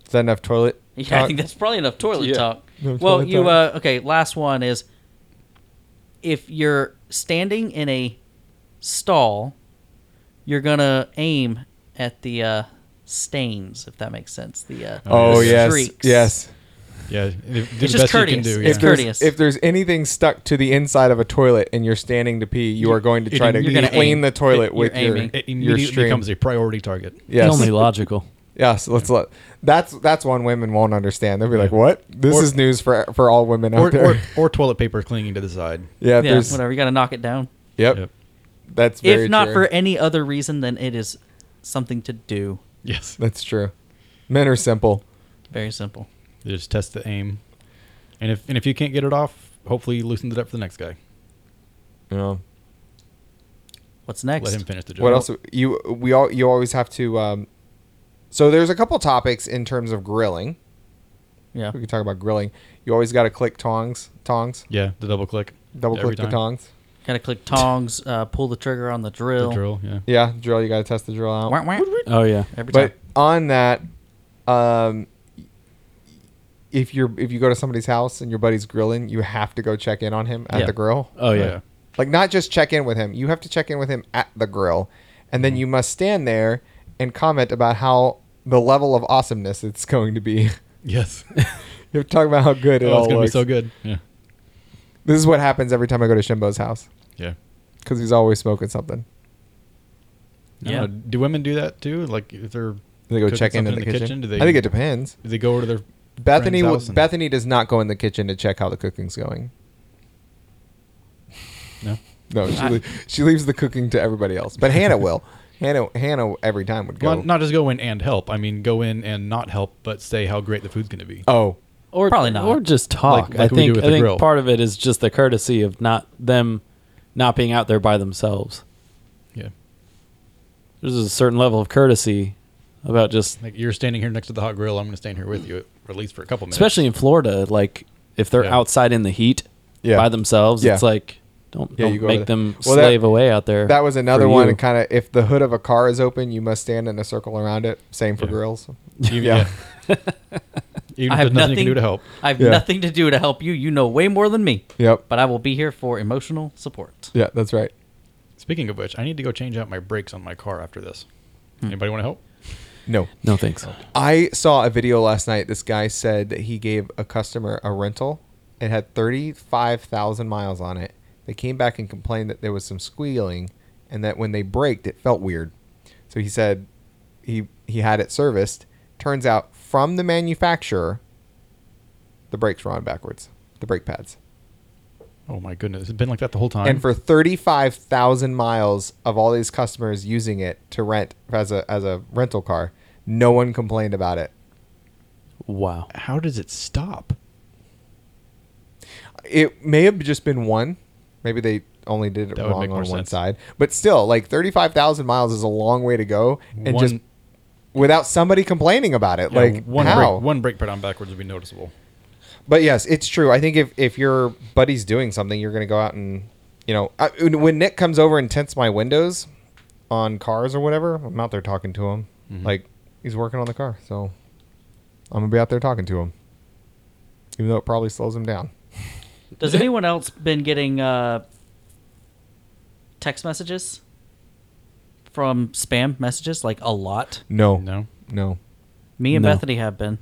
[SPEAKER 3] Is that enough toilet?
[SPEAKER 4] Yeah, *laughs* I
[SPEAKER 3] talk?
[SPEAKER 4] think that's probably enough toilet
[SPEAKER 1] Yeah.
[SPEAKER 4] talk.
[SPEAKER 3] No
[SPEAKER 4] well,
[SPEAKER 3] toilet
[SPEAKER 4] you
[SPEAKER 3] talk.
[SPEAKER 4] uh, okay? Last one is if you're standing in a stall, you're gonna aim at the uh, stains, if that makes sense. The uh,
[SPEAKER 3] Oh
[SPEAKER 4] the
[SPEAKER 3] yes,
[SPEAKER 4] streaks.
[SPEAKER 3] yes.
[SPEAKER 2] Yeah, do the
[SPEAKER 4] It's just
[SPEAKER 2] best you can
[SPEAKER 4] courteous.
[SPEAKER 2] do. yeah.
[SPEAKER 4] It's
[SPEAKER 3] If there's-
[SPEAKER 4] courteous.
[SPEAKER 3] If there's anything stuck to the inside of a toilet and you're standing to pee, you are going to
[SPEAKER 2] It-
[SPEAKER 3] try to
[SPEAKER 2] you're
[SPEAKER 4] gonna
[SPEAKER 3] clean
[SPEAKER 4] aim.
[SPEAKER 3] the toilet with
[SPEAKER 4] you're
[SPEAKER 3] your
[SPEAKER 4] aiming.
[SPEAKER 2] It
[SPEAKER 3] your
[SPEAKER 2] immediately
[SPEAKER 3] stream.
[SPEAKER 2] becomes a priority target.
[SPEAKER 3] yes.
[SPEAKER 1] It's only logical.
[SPEAKER 3] Yeah, so let's let that's that's one women won't understand. They'll be like,
[SPEAKER 2] Yeah.
[SPEAKER 3] "What? This
[SPEAKER 2] Or-
[SPEAKER 3] is news for for all women out
[SPEAKER 2] Or,
[SPEAKER 3] *laughs* there."
[SPEAKER 2] or, or toilet paper clinging to the side.
[SPEAKER 3] yeah, if
[SPEAKER 4] yeah,
[SPEAKER 3] there's,
[SPEAKER 4] whatever. You got to knock it down.
[SPEAKER 3] Yep,
[SPEAKER 2] Yep.
[SPEAKER 3] that's very
[SPEAKER 4] if not
[SPEAKER 3] true.
[SPEAKER 4] for any other reason than it is something to do.
[SPEAKER 2] Yes.
[SPEAKER 3] that's true. Men are simple.
[SPEAKER 4] Very simple.
[SPEAKER 2] You just test the aim, and if and if you can't get it off, hopefully you loosened it up for the next guy.
[SPEAKER 3] You know
[SPEAKER 4] What's next?
[SPEAKER 2] Let him finish the job.
[SPEAKER 3] what else? You we all you always have to. Um, so there's a couple topics in terms of grilling.
[SPEAKER 4] Yeah.
[SPEAKER 3] We can talk about grilling. You always got to click tongs, tongs,
[SPEAKER 2] Yeah, the double click.
[SPEAKER 3] double
[SPEAKER 2] Every
[SPEAKER 3] click the
[SPEAKER 2] time.
[SPEAKER 3] tongs.
[SPEAKER 4] Got to click tongs, uh, pull the trigger on the drill.
[SPEAKER 2] The drill. Yeah.
[SPEAKER 3] Yeah, drill. You got to test the drill out.
[SPEAKER 4] Wah, wah.
[SPEAKER 1] Oh yeah.
[SPEAKER 4] Every time.
[SPEAKER 3] But on that, um, if you're if you go to somebody's house and your buddy's grilling, you have to go check in on him at
[SPEAKER 1] Yeah.
[SPEAKER 3] the grill.
[SPEAKER 1] Oh yeah.
[SPEAKER 3] Like not just check in with him, you have to check in with him at the grill, and
[SPEAKER 2] Mm-hmm.
[SPEAKER 3] then you must stand there and comment about how the level of awesomeness it's *laughs* going to be. you *laughs*
[SPEAKER 2] Yes.
[SPEAKER 3] have to talk about how good it
[SPEAKER 2] oh,
[SPEAKER 3] all
[SPEAKER 2] it's gonna
[SPEAKER 3] looks.
[SPEAKER 2] be so good. Yeah.
[SPEAKER 3] This is what happens every time I go to Shimbo's house
[SPEAKER 2] Yeah.
[SPEAKER 3] because he's always smoking something.
[SPEAKER 4] Yeah.
[SPEAKER 2] Uh, do women do that too? Like if they're
[SPEAKER 3] Do they go
[SPEAKER 2] cooking
[SPEAKER 3] check in
[SPEAKER 2] something
[SPEAKER 3] in the, kitchen.
[SPEAKER 2] Do they,
[SPEAKER 3] I think it depends.
[SPEAKER 2] Do they go over to their
[SPEAKER 3] Bethany
[SPEAKER 2] friend's
[SPEAKER 3] will,
[SPEAKER 2] house and-
[SPEAKER 3] Bethany does not go in the kitchen to check how the cooking's going.
[SPEAKER 2] No.
[SPEAKER 3] No, she, le- she leaves the cooking to everybody else. But Hannah will. Hannah Hannah every time would go.
[SPEAKER 2] Well, not just go in and help. I mean, go in and not help, but say how great the food's going to be.
[SPEAKER 3] oh,
[SPEAKER 1] Or
[SPEAKER 4] Probably not.
[SPEAKER 1] Or just talk.
[SPEAKER 2] Like- like
[SPEAKER 1] I
[SPEAKER 2] we do
[SPEAKER 1] think
[SPEAKER 2] with
[SPEAKER 1] I
[SPEAKER 2] the
[SPEAKER 1] think
[SPEAKER 2] grill.
[SPEAKER 1] part of it is just the courtesy of not them not being out there by themselves.
[SPEAKER 2] Yeah.
[SPEAKER 1] There's a certain level of courtesy about just
[SPEAKER 2] Like you're standing here next to the hot grill. I'm going to stand here with you at least for a couple minutes.
[SPEAKER 1] especially in Florida, like if they're
[SPEAKER 2] Yeah.
[SPEAKER 1] outside in the heat
[SPEAKER 3] Yeah.
[SPEAKER 1] by themselves, it's
[SPEAKER 3] Yeah.
[SPEAKER 1] like don't,
[SPEAKER 3] Yeah, you
[SPEAKER 1] don't
[SPEAKER 3] go
[SPEAKER 1] make
[SPEAKER 3] to-
[SPEAKER 1] them
[SPEAKER 3] Well, that-
[SPEAKER 1] slave away out there.
[SPEAKER 3] that was
[SPEAKER 1] for
[SPEAKER 3] another one.
[SPEAKER 1] you.
[SPEAKER 3] Kind of, if the hood of a car is open, you must stand in a circle around it. Same for
[SPEAKER 2] Yeah.
[SPEAKER 3] grills.
[SPEAKER 2] Even,
[SPEAKER 3] Yeah.
[SPEAKER 2] Even
[SPEAKER 4] I
[SPEAKER 2] if there's nothing you
[SPEAKER 4] have nothing-
[SPEAKER 2] can do to help.
[SPEAKER 4] I have
[SPEAKER 3] Yeah.
[SPEAKER 4] nothing to do to help you. You know way more than me,
[SPEAKER 3] Yep.
[SPEAKER 4] but I will be here for emotional support.
[SPEAKER 3] Yeah, that's right.
[SPEAKER 2] Speaking of which, I need to go change out my brakes on my car after this. Anybody want to help?
[SPEAKER 3] No,
[SPEAKER 1] no thanks.
[SPEAKER 3] I saw a video last night. This guy said that he gave a customer a rental. It had 35,000 miles on it. They came back and complained that there was some squealing and that when they braked, it felt weird. So he said he, he had it serviced. Turns out from the manufacturer, the brakes were on backwards, the brake pads.
[SPEAKER 2] Oh my goodness, it's been like that the whole time.
[SPEAKER 3] and for 35,000 miles of all these customers using it to rent as a, as a rental car, no one complained about it.
[SPEAKER 1] Wow.
[SPEAKER 2] how does it stop?
[SPEAKER 3] it may have just been one. Maybe they only did it
[SPEAKER 2] That would
[SPEAKER 3] wrong
[SPEAKER 2] make
[SPEAKER 3] on
[SPEAKER 2] more
[SPEAKER 3] one
[SPEAKER 2] sense.
[SPEAKER 3] side. But still, like 35,000 miles is a long way to go and
[SPEAKER 2] One-
[SPEAKER 3] just without somebody complaining about it.
[SPEAKER 2] Yeah,
[SPEAKER 3] like
[SPEAKER 2] one
[SPEAKER 3] how?
[SPEAKER 2] brake, one brake pad on backwards would be noticeable.
[SPEAKER 3] But yes, it's true. I think if if your buddy's doing something, you're going to go out and, you know, I, when when Nick comes over and tints my windows on cars or whatever, I'm out there talking to him.
[SPEAKER 2] Mm-hmm.
[SPEAKER 3] Like he's working on the car, so I'm going to be out there talking to him. Even though it probably slows him down.
[SPEAKER 4] Does anyone else been getting uh, text messages from spam messages like a lot?
[SPEAKER 3] No.
[SPEAKER 2] No,
[SPEAKER 3] No.
[SPEAKER 4] Me and
[SPEAKER 1] No.
[SPEAKER 4] Bethany have been.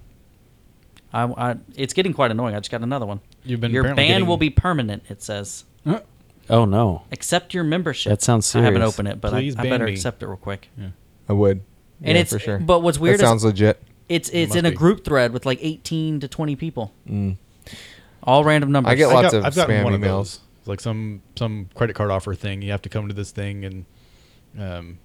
[SPEAKER 4] I, I, it's getting quite annoying. I just got another one.
[SPEAKER 2] you've been
[SPEAKER 4] your ban
[SPEAKER 2] apparently getting-
[SPEAKER 4] will be permanent. It says
[SPEAKER 2] Huh?
[SPEAKER 1] Oh no.
[SPEAKER 4] accept your membership.
[SPEAKER 1] That sounds
[SPEAKER 4] I haven't
[SPEAKER 1] serious.
[SPEAKER 4] opened it, but I,
[SPEAKER 2] Please
[SPEAKER 4] I
[SPEAKER 2] ban
[SPEAKER 4] better
[SPEAKER 2] me.
[SPEAKER 4] accept it real quick.
[SPEAKER 3] I would.
[SPEAKER 4] And
[SPEAKER 3] Yeah,
[SPEAKER 4] it's but what's
[SPEAKER 3] That
[SPEAKER 4] weird is
[SPEAKER 3] sounds legit.
[SPEAKER 4] it's it's
[SPEAKER 2] must
[SPEAKER 4] in a
[SPEAKER 2] be. Mm.
[SPEAKER 4] group thread with like eighteen to twenty people, all random numbers.
[SPEAKER 3] I get
[SPEAKER 2] I
[SPEAKER 3] lots
[SPEAKER 2] got,
[SPEAKER 3] of
[SPEAKER 2] I've gotten
[SPEAKER 3] spam
[SPEAKER 2] one of
[SPEAKER 3] emails.
[SPEAKER 2] those. It's like some some credit card offer thing. You have to come to this thing, and um,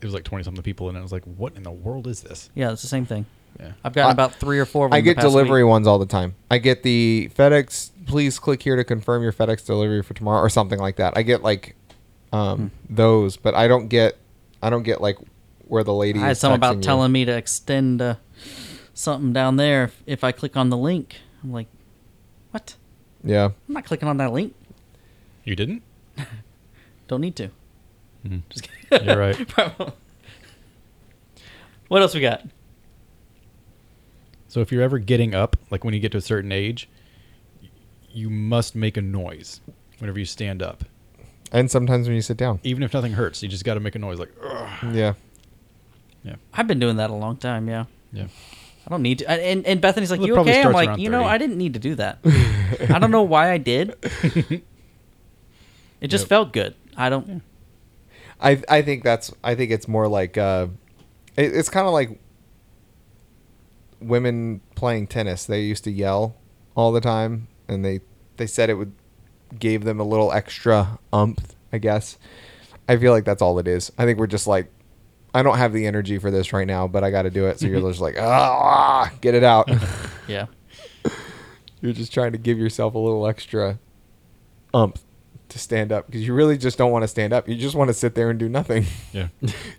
[SPEAKER 2] it was like twenty something people, and I was like, what in the world is this?
[SPEAKER 4] Yeah, it's the same thing.
[SPEAKER 2] Yeah.
[SPEAKER 4] I've gotten
[SPEAKER 3] I-
[SPEAKER 4] about three or four. Of them
[SPEAKER 3] I
[SPEAKER 4] in the
[SPEAKER 3] get
[SPEAKER 4] past week.
[SPEAKER 3] delivery ones all the time. I get the FedEx. Please click here to confirm your FedEx delivery for tomorrow, or something like that. I get like um,
[SPEAKER 4] Hmm.
[SPEAKER 3] those, but I don't get. I don't get like where the lady.
[SPEAKER 4] I had
[SPEAKER 3] is
[SPEAKER 4] some about
[SPEAKER 3] texting you.
[SPEAKER 4] telling me to extend uh, something down there if, if I click on the link. I'm like, what?
[SPEAKER 3] Yeah,
[SPEAKER 4] I'm not clicking on that link.
[SPEAKER 2] You didn't?
[SPEAKER 4] Don't need to. *laughs*
[SPEAKER 2] Just kidding. *laughs* You're right.
[SPEAKER 4] what else we got?
[SPEAKER 2] So if you're ever getting up, like when you get to a certain age, y- you must make a noise whenever you stand up,
[SPEAKER 3] and sometimes when you sit down.
[SPEAKER 2] even if nothing hurts. You just got to make a noise, like "Ugh."
[SPEAKER 3] Yeah,
[SPEAKER 2] yeah,
[SPEAKER 4] I've been doing that a long time. Yeah,
[SPEAKER 2] yeah.
[SPEAKER 4] I don't need to. I- And, and Bethany's like,
[SPEAKER 2] Well, it
[SPEAKER 4] you
[SPEAKER 2] probably
[SPEAKER 4] okay? I'm
[SPEAKER 2] starts
[SPEAKER 4] like,
[SPEAKER 2] around
[SPEAKER 4] you know,
[SPEAKER 2] 30.
[SPEAKER 4] I didn't need to do that. I don't know why I did. It just
[SPEAKER 2] Yep.
[SPEAKER 4] felt good. I don't.
[SPEAKER 3] I I think that's I think it's more like uh, it, it's kind of like women playing tennis. They used to yell all the time, and they they said it would gave them a little extra umph. I guess. I feel like that's all it is. I think we're just like, I don't have the energy for this right now, but I got to do it. So you're just like, ah, get it out.
[SPEAKER 4] Yeah.
[SPEAKER 3] you're just trying to give yourself a little extra umph to stand up because you really just don't want to stand up. You just want to sit there and do nothing.
[SPEAKER 2] Yeah.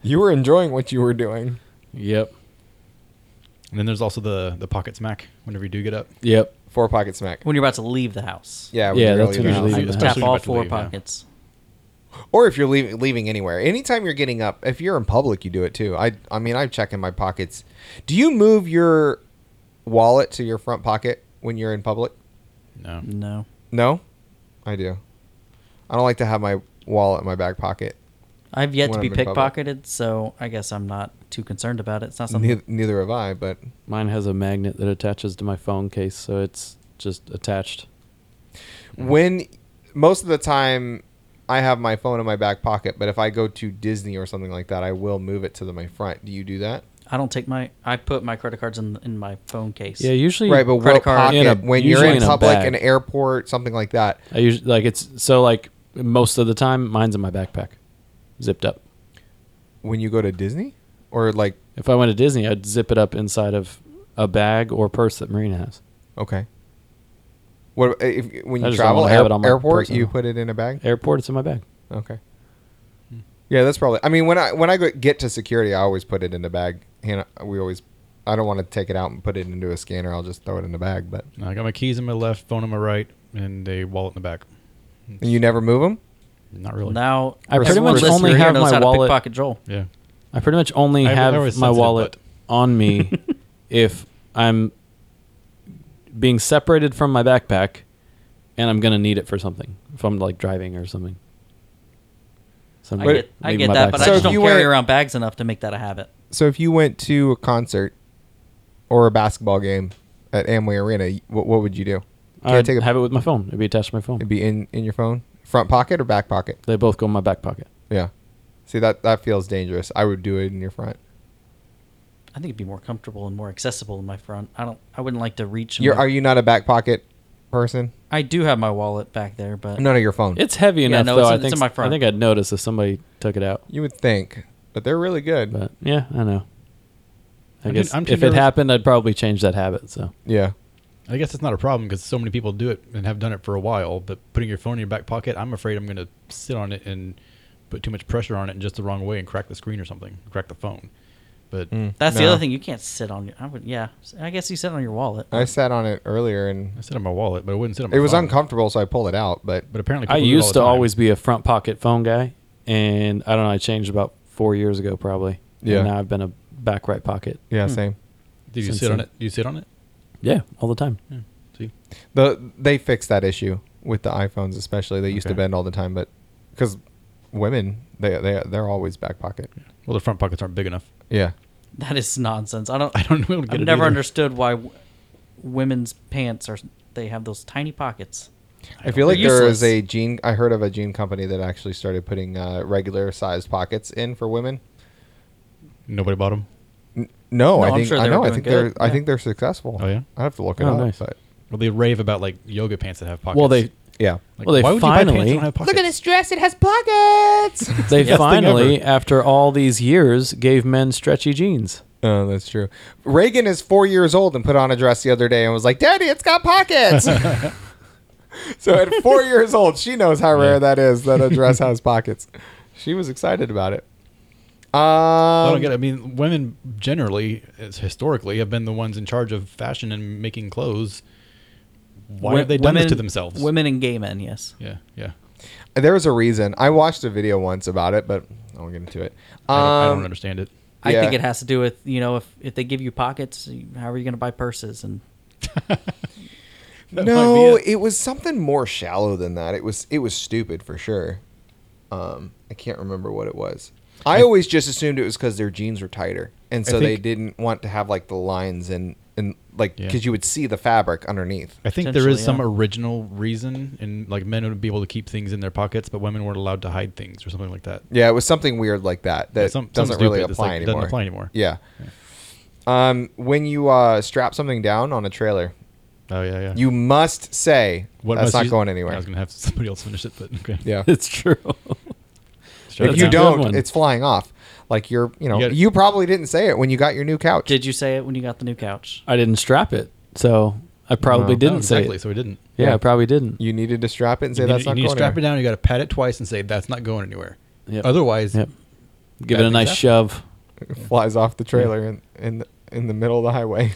[SPEAKER 3] You were enjoying what you were doing.
[SPEAKER 1] Yep.
[SPEAKER 2] *laughs* And then there's also the the pocket smack whenever you do get up.
[SPEAKER 1] Yep.
[SPEAKER 3] Four pocket smack.
[SPEAKER 4] When you're about to leave the house,
[SPEAKER 3] Yeah,
[SPEAKER 1] Yeah,
[SPEAKER 3] you're
[SPEAKER 1] that's
[SPEAKER 3] leaving the
[SPEAKER 1] usually-
[SPEAKER 3] house.
[SPEAKER 1] Leave the
[SPEAKER 4] tap
[SPEAKER 2] house.
[SPEAKER 4] all
[SPEAKER 2] Especially
[SPEAKER 4] four
[SPEAKER 2] when you're about to leave, yeah.
[SPEAKER 4] pockets.
[SPEAKER 3] or if you're leaving leaving anywhere. Anytime you're getting up, if you're in public, you do it too. I I mean, I'm checking my pockets. Do you move your wallet to your front pocket when you're in public?
[SPEAKER 2] No.
[SPEAKER 4] No.
[SPEAKER 3] No, I do. I don't like to have my wallet in my back pocket.
[SPEAKER 4] I've yet
[SPEAKER 3] When
[SPEAKER 4] to be
[SPEAKER 3] I'm in public.
[SPEAKER 4] pickpocketed, so I guess I'm not too concerned about it. It's not something.
[SPEAKER 3] Neither, neither have I, but
[SPEAKER 1] Mine has a magnet that attaches to my phone case, so it's just attached.
[SPEAKER 3] when most of the time I have my phone in my back pocket, but if I go to Disney or something like that, I will move it to the, my front. Do you do that?
[SPEAKER 4] I don't take my. I put my credit cards in in my phone case.
[SPEAKER 1] Yeah, usually
[SPEAKER 3] Right, but
[SPEAKER 4] Credit
[SPEAKER 3] what
[SPEAKER 4] card.
[SPEAKER 3] pocket
[SPEAKER 1] In a-
[SPEAKER 3] when you're
[SPEAKER 1] usually
[SPEAKER 3] in,
[SPEAKER 1] in a
[SPEAKER 3] public,
[SPEAKER 1] bag.
[SPEAKER 3] an airport, something like that.
[SPEAKER 1] I usually like it's so like most of the time mine's in my backpack, zipped up.
[SPEAKER 3] When you go to Disney, or like
[SPEAKER 1] If I went to Disney, I'd zip it up inside of a bag or purse that Marina has.
[SPEAKER 3] okay, what if when
[SPEAKER 1] I
[SPEAKER 3] you
[SPEAKER 1] just don't
[SPEAKER 3] travel
[SPEAKER 1] wanna have
[SPEAKER 3] air-
[SPEAKER 1] it on my
[SPEAKER 3] airport,
[SPEAKER 1] person.
[SPEAKER 3] you put it in a bag?
[SPEAKER 1] Airport, it's in my bag.
[SPEAKER 3] Okay. Yeah, that's probably. I mean, when I when I go- get to security, I always put it in the bag. Hannah, we always. I don't want to take it out and put it into a scanner. I'll just throw it in the bag. But
[SPEAKER 2] No, I got my keys in my left, phone in my right, and a wallet in the back.
[SPEAKER 3] and you never move them.
[SPEAKER 2] Not really.
[SPEAKER 4] Now
[SPEAKER 1] I pretty
[SPEAKER 4] everyone
[SPEAKER 1] much
[SPEAKER 4] listening
[SPEAKER 1] only
[SPEAKER 4] here
[SPEAKER 1] have
[SPEAKER 4] knows
[SPEAKER 1] my
[SPEAKER 4] how to
[SPEAKER 1] wallet-
[SPEAKER 4] Pickpocket Joel.
[SPEAKER 2] Yeah.
[SPEAKER 1] I pretty much only
[SPEAKER 2] I- I
[SPEAKER 1] have
[SPEAKER 2] was
[SPEAKER 1] my
[SPEAKER 2] sensitive,
[SPEAKER 1] wallet on
[SPEAKER 3] *laughs*
[SPEAKER 1] me if I'm being separated from my backpack and I'm going to need it for something. If I'm like driving or something. So I'm
[SPEAKER 4] I
[SPEAKER 1] gonna
[SPEAKER 4] get, I
[SPEAKER 1] leave
[SPEAKER 4] get
[SPEAKER 1] my
[SPEAKER 4] that, but
[SPEAKER 1] backpack.
[SPEAKER 4] I
[SPEAKER 3] So
[SPEAKER 4] just
[SPEAKER 3] if
[SPEAKER 4] don't
[SPEAKER 3] you
[SPEAKER 4] carry
[SPEAKER 3] went-
[SPEAKER 4] around bags enough to make that a habit.
[SPEAKER 3] So if you went to a concert or a basketball game at Amway Arena, what, what would you do? Can't
[SPEAKER 1] I'd
[SPEAKER 3] take a,
[SPEAKER 1] have it with my phone. It'd be attached to my phone.
[SPEAKER 3] It'd be in, in your phone, front pocket or back pocket.
[SPEAKER 1] They both go in my back pocket.
[SPEAKER 3] Yeah. See that that feels dangerous. I would do it in your front.
[SPEAKER 4] I think it'd be more comfortable and more accessible in my front. I don't. I wouldn't like to reach. in
[SPEAKER 3] You're,
[SPEAKER 4] my-
[SPEAKER 3] are you not a back pocket person?
[SPEAKER 4] I do have my wallet back there, but
[SPEAKER 3] No, no, your phone.
[SPEAKER 1] It's heavy enough
[SPEAKER 4] no,
[SPEAKER 1] though.
[SPEAKER 4] it's
[SPEAKER 1] I
[SPEAKER 4] in- it's
[SPEAKER 1] think
[SPEAKER 4] in my
[SPEAKER 1] I
[SPEAKER 4] front.
[SPEAKER 1] think I'd notice if somebody took it out.
[SPEAKER 3] you would think, but they're really good.
[SPEAKER 1] But yeah, I know. I
[SPEAKER 2] I'm too-
[SPEAKER 1] guess
[SPEAKER 2] I'm too
[SPEAKER 1] if it
[SPEAKER 2] nervous-
[SPEAKER 1] happened, I'd probably change that habit. So
[SPEAKER 3] yeah.
[SPEAKER 2] I guess it's not a problem because so many people do it and have done it for a while. But putting your phone in your back pocket, I'm afraid I'm going to sit on it and put too much pressure on it in just the wrong way and crack the screen or something, crack the phone. But
[SPEAKER 4] Mm. that's the
[SPEAKER 3] Mm. No.
[SPEAKER 4] other thing. You can't sit on your. I would. Yeah. I guess you sit on your wallet.
[SPEAKER 3] I sat on it earlier and
[SPEAKER 2] I sit on my wallet, but I wouldn't sit on my
[SPEAKER 3] it was
[SPEAKER 2] phone.
[SPEAKER 3] uncomfortable, so I pulled it out. But
[SPEAKER 2] But apparently,
[SPEAKER 1] I
[SPEAKER 2] people do it all
[SPEAKER 1] used
[SPEAKER 2] the
[SPEAKER 1] to
[SPEAKER 2] time.
[SPEAKER 1] always be a front pocket phone guy, and I don't know. I changed about four years ago, probably.
[SPEAKER 3] Yeah.
[SPEAKER 1] And now I've been a back right pocket.
[SPEAKER 3] yeah,
[SPEAKER 4] Hmm.
[SPEAKER 3] same.
[SPEAKER 2] Did you
[SPEAKER 1] since
[SPEAKER 2] sit on
[SPEAKER 1] then.
[SPEAKER 2] it? Do you sit on it?
[SPEAKER 1] Yeah, all the time.
[SPEAKER 2] See,
[SPEAKER 3] The they fixed that issue with the iPhones, especially. They used to
[SPEAKER 2] Okay.
[SPEAKER 3] bend all the time, but because women, they they they're always back pocket.
[SPEAKER 2] well, the front pockets aren't big enough. *laughs*
[SPEAKER 3] Yeah,
[SPEAKER 4] That is nonsense. I don't.
[SPEAKER 2] I don't know. how to get
[SPEAKER 4] I've
[SPEAKER 2] it
[SPEAKER 4] never
[SPEAKER 2] either.
[SPEAKER 4] understood why w- women's pants are. They have those tiny pockets.
[SPEAKER 3] I, feel
[SPEAKER 4] They're
[SPEAKER 3] like there is
[SPEAKER 4] useless.
[SPEAKER 3] a jean. I heard of a jean company that actually started putting uh, regular sized pockets in for women.
[SPEAKER 2] Nobody bought them.
[SPEAKER 3] No,
[SPEAKER 4] No,
[SPEAKER 3] I
[SPEAKER 4] I'm
[SPEAKER 3] think
[SPEAKER 4] sure
[SPEAKER 3] I
[SPEAKER 4] they were
[SPEAKER 3] know. I
[SPEAKER 4] doing
[SPEAKER 3] think
[SPEAKER 4] good.
[SPEAKER 3] they're I
[SPEAKER 4] Yeah.
[SPEAKER 3] think they're successful.
[SPEAKER 2] Oh, yeah?
[SPEAKER 3] I have to look it
[SPEAKER 1] Oh,
[SPEAKER 3] up.
[SPEAKER 1] nice.
[SPEAKER 3] But
[SPEAKER 2] Well, they rave about like yoga pants that have pockets.
[SPEAKER 1] Well, they
[SPEAKER 3] yeah,
[SPEAKER 2] Like,
[SPEAKER 1] well, they
[SPEAKER 2] why would you buy pants
[SPEAKER 1] finally-
[SPEAKER 2] that don't have pockets?
[SPEAKER 3] dress. It has pockets.
[SPEAKER 1] *laughs* they
[SPEAKER 2] thing
[SPEAKER 1] finally, after all these years, gave men stretchy jeans.
[SPEAKER 3] oh, that's true.
[SPEAKER 4] *laughs*
[SPEAKER 3] Reagan is four years old and put on a dress the other day and was like, "Daddy, it's got
[SPEAKER 2] *laughs*
[SPEAKER 3] pockets." *laughs* so at four years old, she knows how rare that is that a
[SPEAKER 2] *laughs*
[SPEAKER 3] dress has pockets. She was excited about it. Um,
[SPEAKER 2] I don't get. It. I mean, women generally, as historically, have been the ones in charge of fashion and making clothes. Why
[SPEAKER 4] Wo-
[SPEAKER 2] have they done
[SPEAKER 4] women,
[SPEAKER 2] this to themselves?
[SPEAKER 4] Women and gay men. Yes.
[SPEAKER 2] Yeah, yeah.
[SPEAKER 3] There was a reason. I watched a video once about it, but I won't get into it.
[SPEAKER 2] I don't, I don't
[SPEAKER 3] Um,
[SPEAKER 2] understand it. *laughs*
[SPEAKER 4] I
[SPEAKER 3] Yeah.
[SPEAKER 4] think it has to do with you know if if they give you pockets, how are you going to buy purses and
[SPEAKER 2] That
[SPEAKER 3] no,
[SPEAKER 2] might
[SPEAKER 3] it. was something more shallow than that. It was it was stupid for sure. Um, I can't remember what it was. I always just assumed it was because their jeans were tighter, and so they
[SPEAKER 2] think-
[SPEAKER 3] didn't want to have like the lines and and like
[SPEAKER 2] Yeah.
[SPEAKER 3] because you would see the fabric underneath.
[SPEAKER 2] I think there is
[SPEAKER 4] Potentially,
[SPEAKER 2] some
[SPEAKER 4] yeah.
[SPEAKER 2] original reason, and like men would be able to keep things in their pockets, but women weren't allowed to hide things or something like that.
[SPEAKER 3] Yeah, it was something weird like that that
[SPEAKER 2] Yeah, some-
[SPEAKER 3] doesn't
[SPEAKER 2] something
[SPEAKER 3] really
[SPEAKER 2] stupid. It's
[SPEAKER 3] apply
[SPEAKER 2] like, it
[SPEAKER 3] anymore.
[SPEAKER 2] doesn't apply anymore.
[SPEAKER 3] Yeah. Um, when you uh, strap something down on a trailer,
[SPEAKER 2] Oh yeah, yeah.
[SPEAKER 3] you must say that's
[SPEAKER 2] must
[SPEAKER 3] not
[SPEAKER 2] you-
[SPEAKER 3] going
[SPEAKER 2] I
[SPEAKER 3] anywhere.
[SPEAKER 2] was gonna have *laughs* somebody else finish it, but okay. *laughs*
[SPEAKER 3] Yeah.
[SPEAKER 1] *laughs* It's true.
[SPEAKER 2] Strap
[SPEAKER 3] If
[SPEAKER 1] That's
[SPEAKER 2] it
[SPEAKER 1] a
[SPEAKER 3] you
[SPEAKER 1] good
[SPEAKER 2] down.
[SPEAKER 3] don't,
[SPEAKER 1] one.
[SPEAKER 3] it's flying off. Like you're, you know, you,
[SPEAKER 2] You gotta-
[SPEAKER 3] probably didn't say it when you got your new couch.
[SPEAKER 4] Did you say it when you got the new couch?
[SPEAKER 1] I didn't strap it, so I probably
[SPEAKER 3] No.
[SPEAKER 1] didn't
[SPEAKER 2] No, Oh, exactly,
[SPEAKER 1] say it.
[SPEAKER 2] so we didn't.
[SPEAKER 1] Yeah,
[SPEAKER 3] Yeah.
[SPEAKER 1] I probably didn't.
[SPEAKER 3] you needed to strap it and say
[SPEAKER 2] you
[SPEAKER 3] that's
[SPEAKER 2] need,
[SPEAKER 3] not
[SPEAKER 2] you need to
[SPEAKER 3] going
[SPEAKER 2] strap it
[SPEAKER 3] anywhere.
[SPEAKER 2] down. You got to pat it twice and say that's not going anywhere.
[SPEAKER 1] Yep.
[SPEAKER 2] Otherwise,
[SPEAKER 1] Yep. Give
[SPEAKER 2] Bad
[SPEAKER 1] it a nice
[SPEAKER 2] things
[SPEAKER 1] shove.
[SPEAKER 3] *laughs* Flies off the trailer in in the, in the middle of the
[SPEAKER 2] *laughs*
[SPEAKER 3] highway.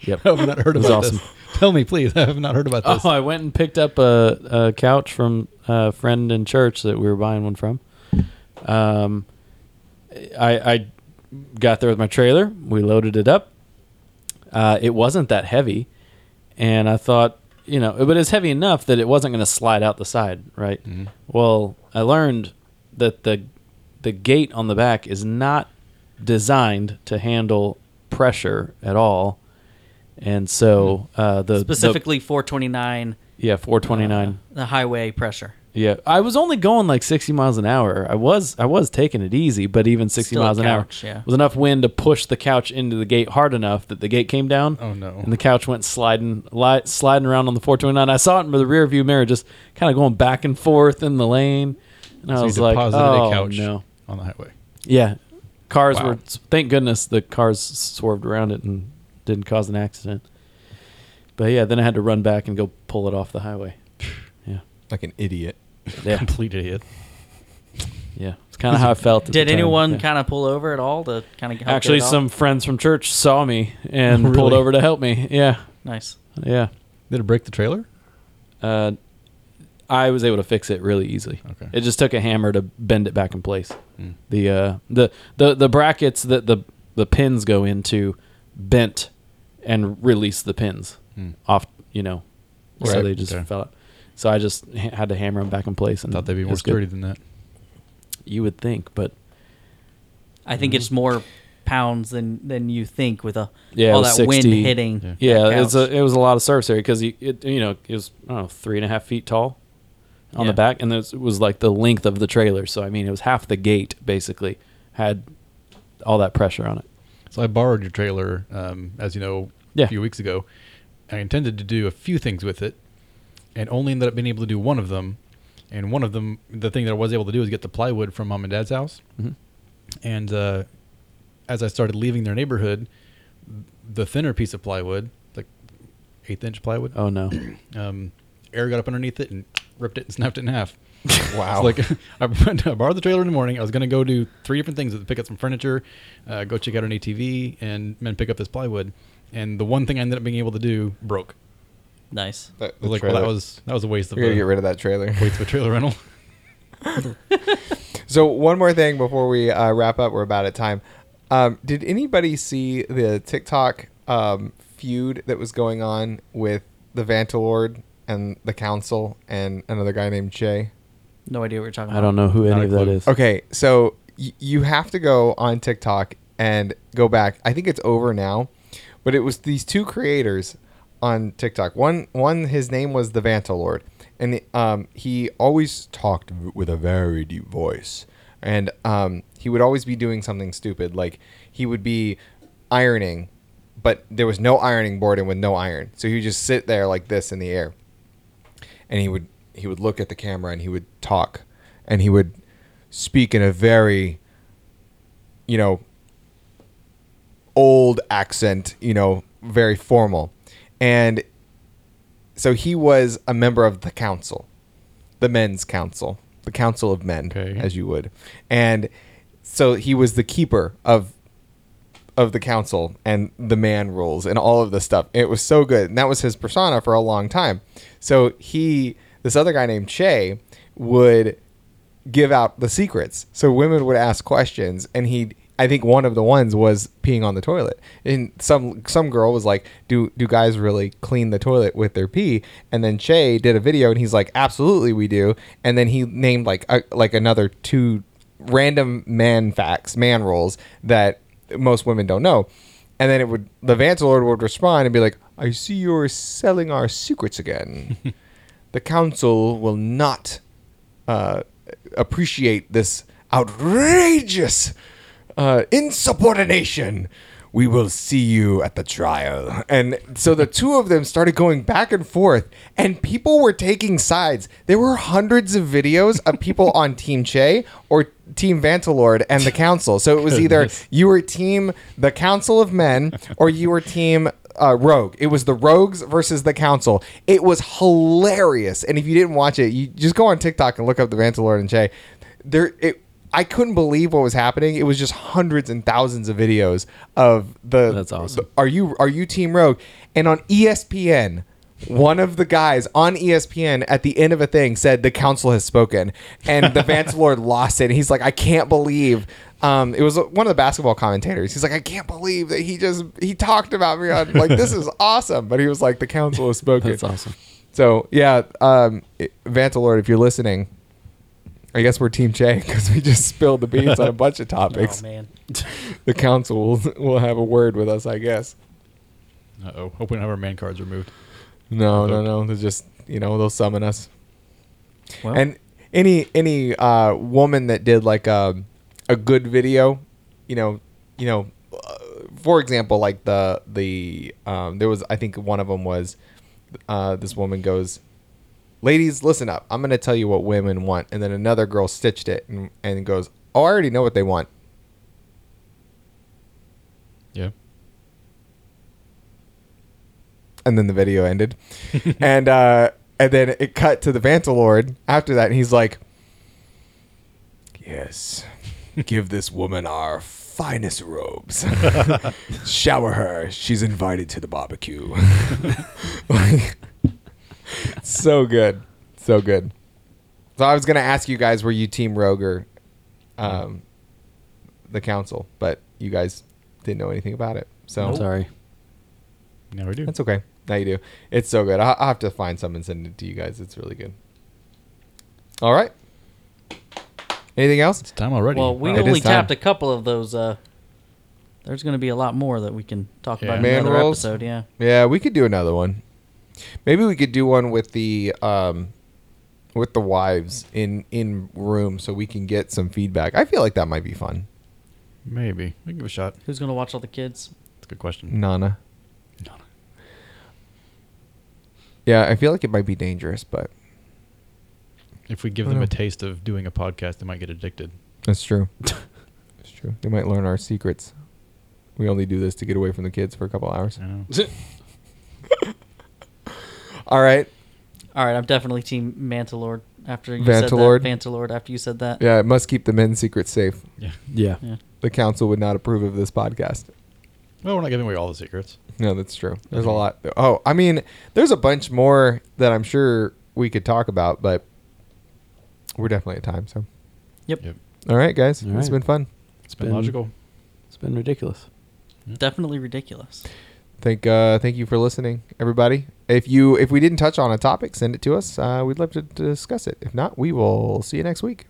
[SPEAKER 1] Yep.
[SPEAKER 2] *laughs* I have not heard
[SPEAKER 1] It was
[SPEAKER 2] about
[SPEAKER 1] awesome.
[SPEAKER 2] this. *laughs* Tell me, please. I have not heard about this.
[SPEAKER 1] Oh, I went and picked up a, a couch from a friend in church that we were buying one from. Um, I, I got there with my trailer. We loaded it up. Uh, it wasn't that heavy, and I thought, you know, but it's heavy enough that it wasn't going to slide out the side, right?
[SPEAKER 2] Mm-hmm.
[SPEAKER 1] Well, I learned that the the gate on the back is not designed to handle pressure at all, and so uh, the the-
[SPEAKER 4] Specifically, 429,
[SPEAKER 1] yeah, 429.
[SPEAKER 4] the highway pressure.
[SPEAKER 1] yeah, I was only going like 60 miles an hour. I was I was taking it easy, but even 60
[SPEAKER 4] Still a
[SPEAKER 1] miles an hour
[SPEAKER 4] couch, yeah.
[SPEAKER 1] was enough wind to push the couch into the gate hard enough that the gate came down.
[SPEAKER 2] Oh, no.
[SPEAKER 1] And the couch went sliding li- sliding around on the 429. I saw it in the rear view mirror just kind of going back and forth in the lane. And I
[SPEAKER 2] So you
[SPEAKER 1] was like,
[SPEAKER 2] deposited
[SPEAKER 1] "Oh
[SPEAKER 2] a couch
[SPEAKER 1] no."
[SPEAKER 2] on the highway.
[SPEAKER 1] Yeah. Cars
[SPEAKER 2] Wow.
[SPEAKER 1] were thank goodness the cars swerved around it and didn't cause an accident. But yeah, then I had to run back and go pull it off the
[SPEAKER 2] *sighs*
[SPEAKER 1] highway. Yeah.
[SPEAKER 3] Like an idiot.
[SPEAKER 1] Yeah.
[SPEAKER 2] Complete idiot.
[SPEAKER 1] Yeah, it's kind of how I felt. at
[SPEAKER 4] Did
[SPEAKER 1] the time,
[SPEAKER 4] anyone
[SPEAKER 1] yeah.
[SPEAKER 4] kind of pull over at all to kind of
[SPEAKER 1] Actually, some friends from church saw me *laughs* and
[SPEAKER 2] Really?
[SPEAKER 1] pulled over to help me. Yeah,
[SPEAKER 4] nice.
[SPEAKER 1] yeah.
[SPEAKER 2] Did it break the trailer?
[SPEAKER 1] Uh, I was able to fix it really easily.
[SPEAKER 2] Okay.
[SPEAKER 1] It just took a hammer to bend it back in place. The uh, the the the brackets that the the pins go into bent and release the pins off. You know, so
[SPEAKER 2] Right.
[SPEAKER 1] they just
[SPEAKER 2] Okay.
[SPEAKER 1] fell out. So I just ha- had to hammer them back in place, and
[SPEAKER 2] Thought they'd be
[SPEAKER 1] it
[SPEAKER 2] more
[SPEAKER 1] was Hmm. good.
[SPEAKER 2] sturdy than that.
[SPEAKER 1] You would think, but
[SPEAKER 4] I
[SPEAKER 1] Mm-hmm.
[SPEAKER 4] think it's more pounds than than you think with a
[SPEAKER 1] Yeah, it
[SPEAKER 4] all that
[SPEAKER 1] was
[SPEAKER 4] wind
[SPEAKER 1] 60.
[SPEAKER 4] hitting.
[SPEAKER 2] Yeah.
[SPEAKER 4] that
[SPEAKER 1] Yeah, it was
[SPEAKER 4] couch.
[SPEAKER 1] a, it was a lot of surface area because it you know it was I don't know three and a half feet tall on
[SPEAKER 4] Yeah.
[SPEAKER 1] the back, and this was like the length of the trailer. So I mean, it was half the gate basically had all that pressure on it.
[SPEAKER 2] So I borrowed your trailer, um, as you know,
[SPEAKER 1] Yeah.
[SPEAKER 2] a few weeks ago. I intended to do a few things with it, and only ended up being able to do one of them. And one of them, the thing that I was able to do is get the plywood from mom and dad's house.
[SPEAKER 4] Mm-hmm.
[SPEAKER 2] And uh, as I started leaving their neighborhood, the thinner piece of plywood, like eighth inch plywood,
[SPEAKER 1] Oh no,
[SPEAKER 2] um, air got up underneath it and ripped it and snapped it in half.
[SPEAKER 3] *laughs* Wow.
[SPEAKER 2] It's like *laughs* I, went- I borrowed the trailer in the morning. I was going to go do three different things: pick up some furniture, uh, go check out an ATV, and then pick up this plywood. And the one thing I ended up being able to do broke.
[SPEAKER 4] nice.
[SPEAKER 3] That-
[SPEAKER 2] I
[SPEAKER 3] the
[SPEAKER 2] was like, well, that
[SPEAKER 3] trailer.
[SPEAKER 2] was that was a waste of
[SPEAKER 3] You're gonna get
[SPEAKER 2] a,
[SPEAKER 3] rid of that trailer.
[SPEAKER 2] waste of a trailer rental. *laughs*
[SPEAKER 3] So one more thing before we uh, wrap up, we're about at time. Um, did anybody see the TikTok um, feud that was going on with the Vantalord and the Council and another guy named Jay?
[SPEAKER 4] No idea what you're talking about.
[SPEAKER 1] I don't know who
[SPEAKER 2] Not
[SPEAKER 1] any
[SPEAKER 2] a
[SPEAKER 1] of that
[SPEAKER 2] clue.
[SPEAKER 1] is.
[SPEAKER 3] Okay, so y- you have to go on TikTok and go back. I think it's over now, but it was these two creators on TikTok. One, one, his name was the Vantalord, and um, he always talked v- with a very deep voice, and um, he would always be doing something stupid, like he would be ironing, but there was no ironing board and with no iron, so he would just sit there like this in the air and he would he would look at the camera and he would talk and he would speak in a very you know old accent you know very formal and so he was a member of the council the men's council the council of men
[SPEAKER 2] Okay.
[SPEAKER 3] as you would and so he was the keeper of of the council and the man rules and all of this stuff. It was so good. And that was his persona for a long time. So he, this other guy named Che, would give out the secrets. So women would ask questions and he I think one of the ones was peeing on the toilet. And some some girl was like, "Do do guys really clean the toilet with their pee?" And then Che did a video and he's like, "Absolutely we do." And then he named like a, like uh, another two random man facts, man rules that most women don't know. And then it would the Vance Lord would respond and be like, "I see you're selling our secrets again. the council will not uh, appreciate this outrageous uh, insubordination. We will see you at the trial. And so the two of them started going back and forth, and people were taking sides. There were hundreds of videos of people on Team Che or Team Vantalord and the council. So it was either
[SPEAKER 2] Goodness.
[SPEAKER 3] you were Team the Council of Men or you were Team uh, Rogue. It was the Rogues versus the Council. It was hilarious. And if you didn't watch it, you just go on TikTok and look up the Vantalord and Che. There, it. I couldn't believe what was happening. It was just hundreds and thousands of videos of the.
[SPEAKER 1] That's awesome.
[SPEAKER 3] the- are you are you Team Rogue? And on E ESPN, one of the guys on E ESPN at the end of a thing said the council has spoken, and the
[SPEAKER 1] *laughs*
[SPEAKER 3] Vance Lord lost it. He's like, I can't believe. Um, it was one of the basketball commentators. He's like, I can't believe that he just he talked about me on like
[SPEAKER 1] *laughs*
[SPEAKER 3] this is awesome. But he was like, the council has spoken.
[SPEAKER 1] That's awesome.
[SPEAKER 3] So yeah, um, it- Vantalord, if you're listening, I guess we're Team Che because we just spilled the beans on a bunch
[SPEAKER 1] *laughs*
[SPEAKER 3] of topics.
[SPEAKER 4] Oh man.
[SPEAKER 3] the council will, will have a word with us, I guess.
[SPEAKER 2] Uh oh. Hope we don't have our man cards removed.
[SPEAKER 3] No, no, no. They're just you know they'll summon us.
[SPEAKER 4] Well,
[SPEAKER 3] And any any uh, woman that did like a a good video, you know, you know, uh, for example, like the the um, there was I think one of them was uh, this woman goes, ladies, listen up. I'm gonna tell you what women want, and then another girl stitched it and, and goes, oh, I already know what they want. *laughs*
[SPEAKER 2] Yeah.
[SPEAKER 3] and then the video ended. *laughs* and uh and then it cut to the Vantalord after that and he's like Yes. Give this woman our finest robes. Shower her. She's invited to the barbecue. *laughs* Like, so good. So good. So I was gonna ask you guys were you team rogue or um the council, but you guys didn't know anything about it. So
[SPEAKER 1] I'm sorry.
[SPEAKER 3] *laughs*
[SPEAKER 2] Now we do.
[SPEAKER 3] that's okay. Now you do. It's so good. I'll, I'll have to find some and send it to you guys. It's really good. All right. Anything else?
[SPEAKER 2] it's time already.
[SPEAKER 4] well, we
[SPEAKER 2] Wow.
[SPEAKER 3] It is
[SPEAKER 4] only
[SPEAKER 3] time.
[SPEAKER 4] tapped a couple of those. Uh, there's going to be a lot more that we can talk
[SPEAKER 2] Yeah.
[SPEAKER 4] about in
[SPEAKER 3] Man
[SPEAKER 4] another
[SPEAKER 3] rolls.
[SPEAKER 4] episode. Yeah.
[SPEAKER 3] Yeah, we could do another one. Maybe we could do one with the um, with the wives in in room so we can get some feedback. I feel like that might be fun.
[SPEAKER 2] maybe we can give it a shot.
[SPEAKER 4] Who's going to watch all the kids?
[SPEAKER 2] That's a good question.
[SPEAKER 3] Nana. Mm.
[SPEAKER 2] No, no.
[SPEAKER 3] Yeah, I feel like it might be dangerous, but
[SPEAKER 2] If we give
[SPEAKER 3] I
[SPEAKER 2] them
[SPEAKER 3] know.
[SPEAKER 2] a taste of doing a podcast, they might get addicted.
[SPEAKER 3] that's *laughs* true. That's true. They might learn our secrets. We only do this to get away from the kids for a couple hours.
[SPEAKER 2] I don't know.
[SPEAKER 3] All right.
[SPEAKER 4] All right, I'm definitely Team Mantalord. After you
[SPEAKER 3] Vantalord?
[SPEAKER 4] said that, Mantalord. After you said that,
[SPEAKER 3] Yeah, it must keep the men's secrets safe.
[SPEAKER 2] Yeah.
[SPEAKER 1] Yeah.
[SPEAKER 4] Yeah.
[SPEAKER 3] the council would not approve of this podcast.
[SPEAKER 2] Well, we're not giving away all the secrets.
[SPEAKER 3] No, that's true. There's a lot. Oh, I mean, there's a bunch more that I'm sure we could talk about, but we're definitely at time. So,
[SPEAKER 4] Yep.
[SPEAKER 2] Yep.
[SPEAKER 3] all right, guys,
[SPEAKER 1] All
[SPEAKER 3] it's
[SPEAKER 1] right.
[SPEAKER 3] been fun.
[SPEAKER 2] It's been
[SPEAKER 1] Been-
[SPEAKER 2] logical.
[SPEAKER 1] It's been ridiculous.
[SPEAKER 4] definitely ridiculous.
[SPEAKER 3] Thank, uh, thank you for listening, everybody. If you, if we didn't touch on a topic, send it to us. Uh, we'd love to discuss it. If not, we will see you next week.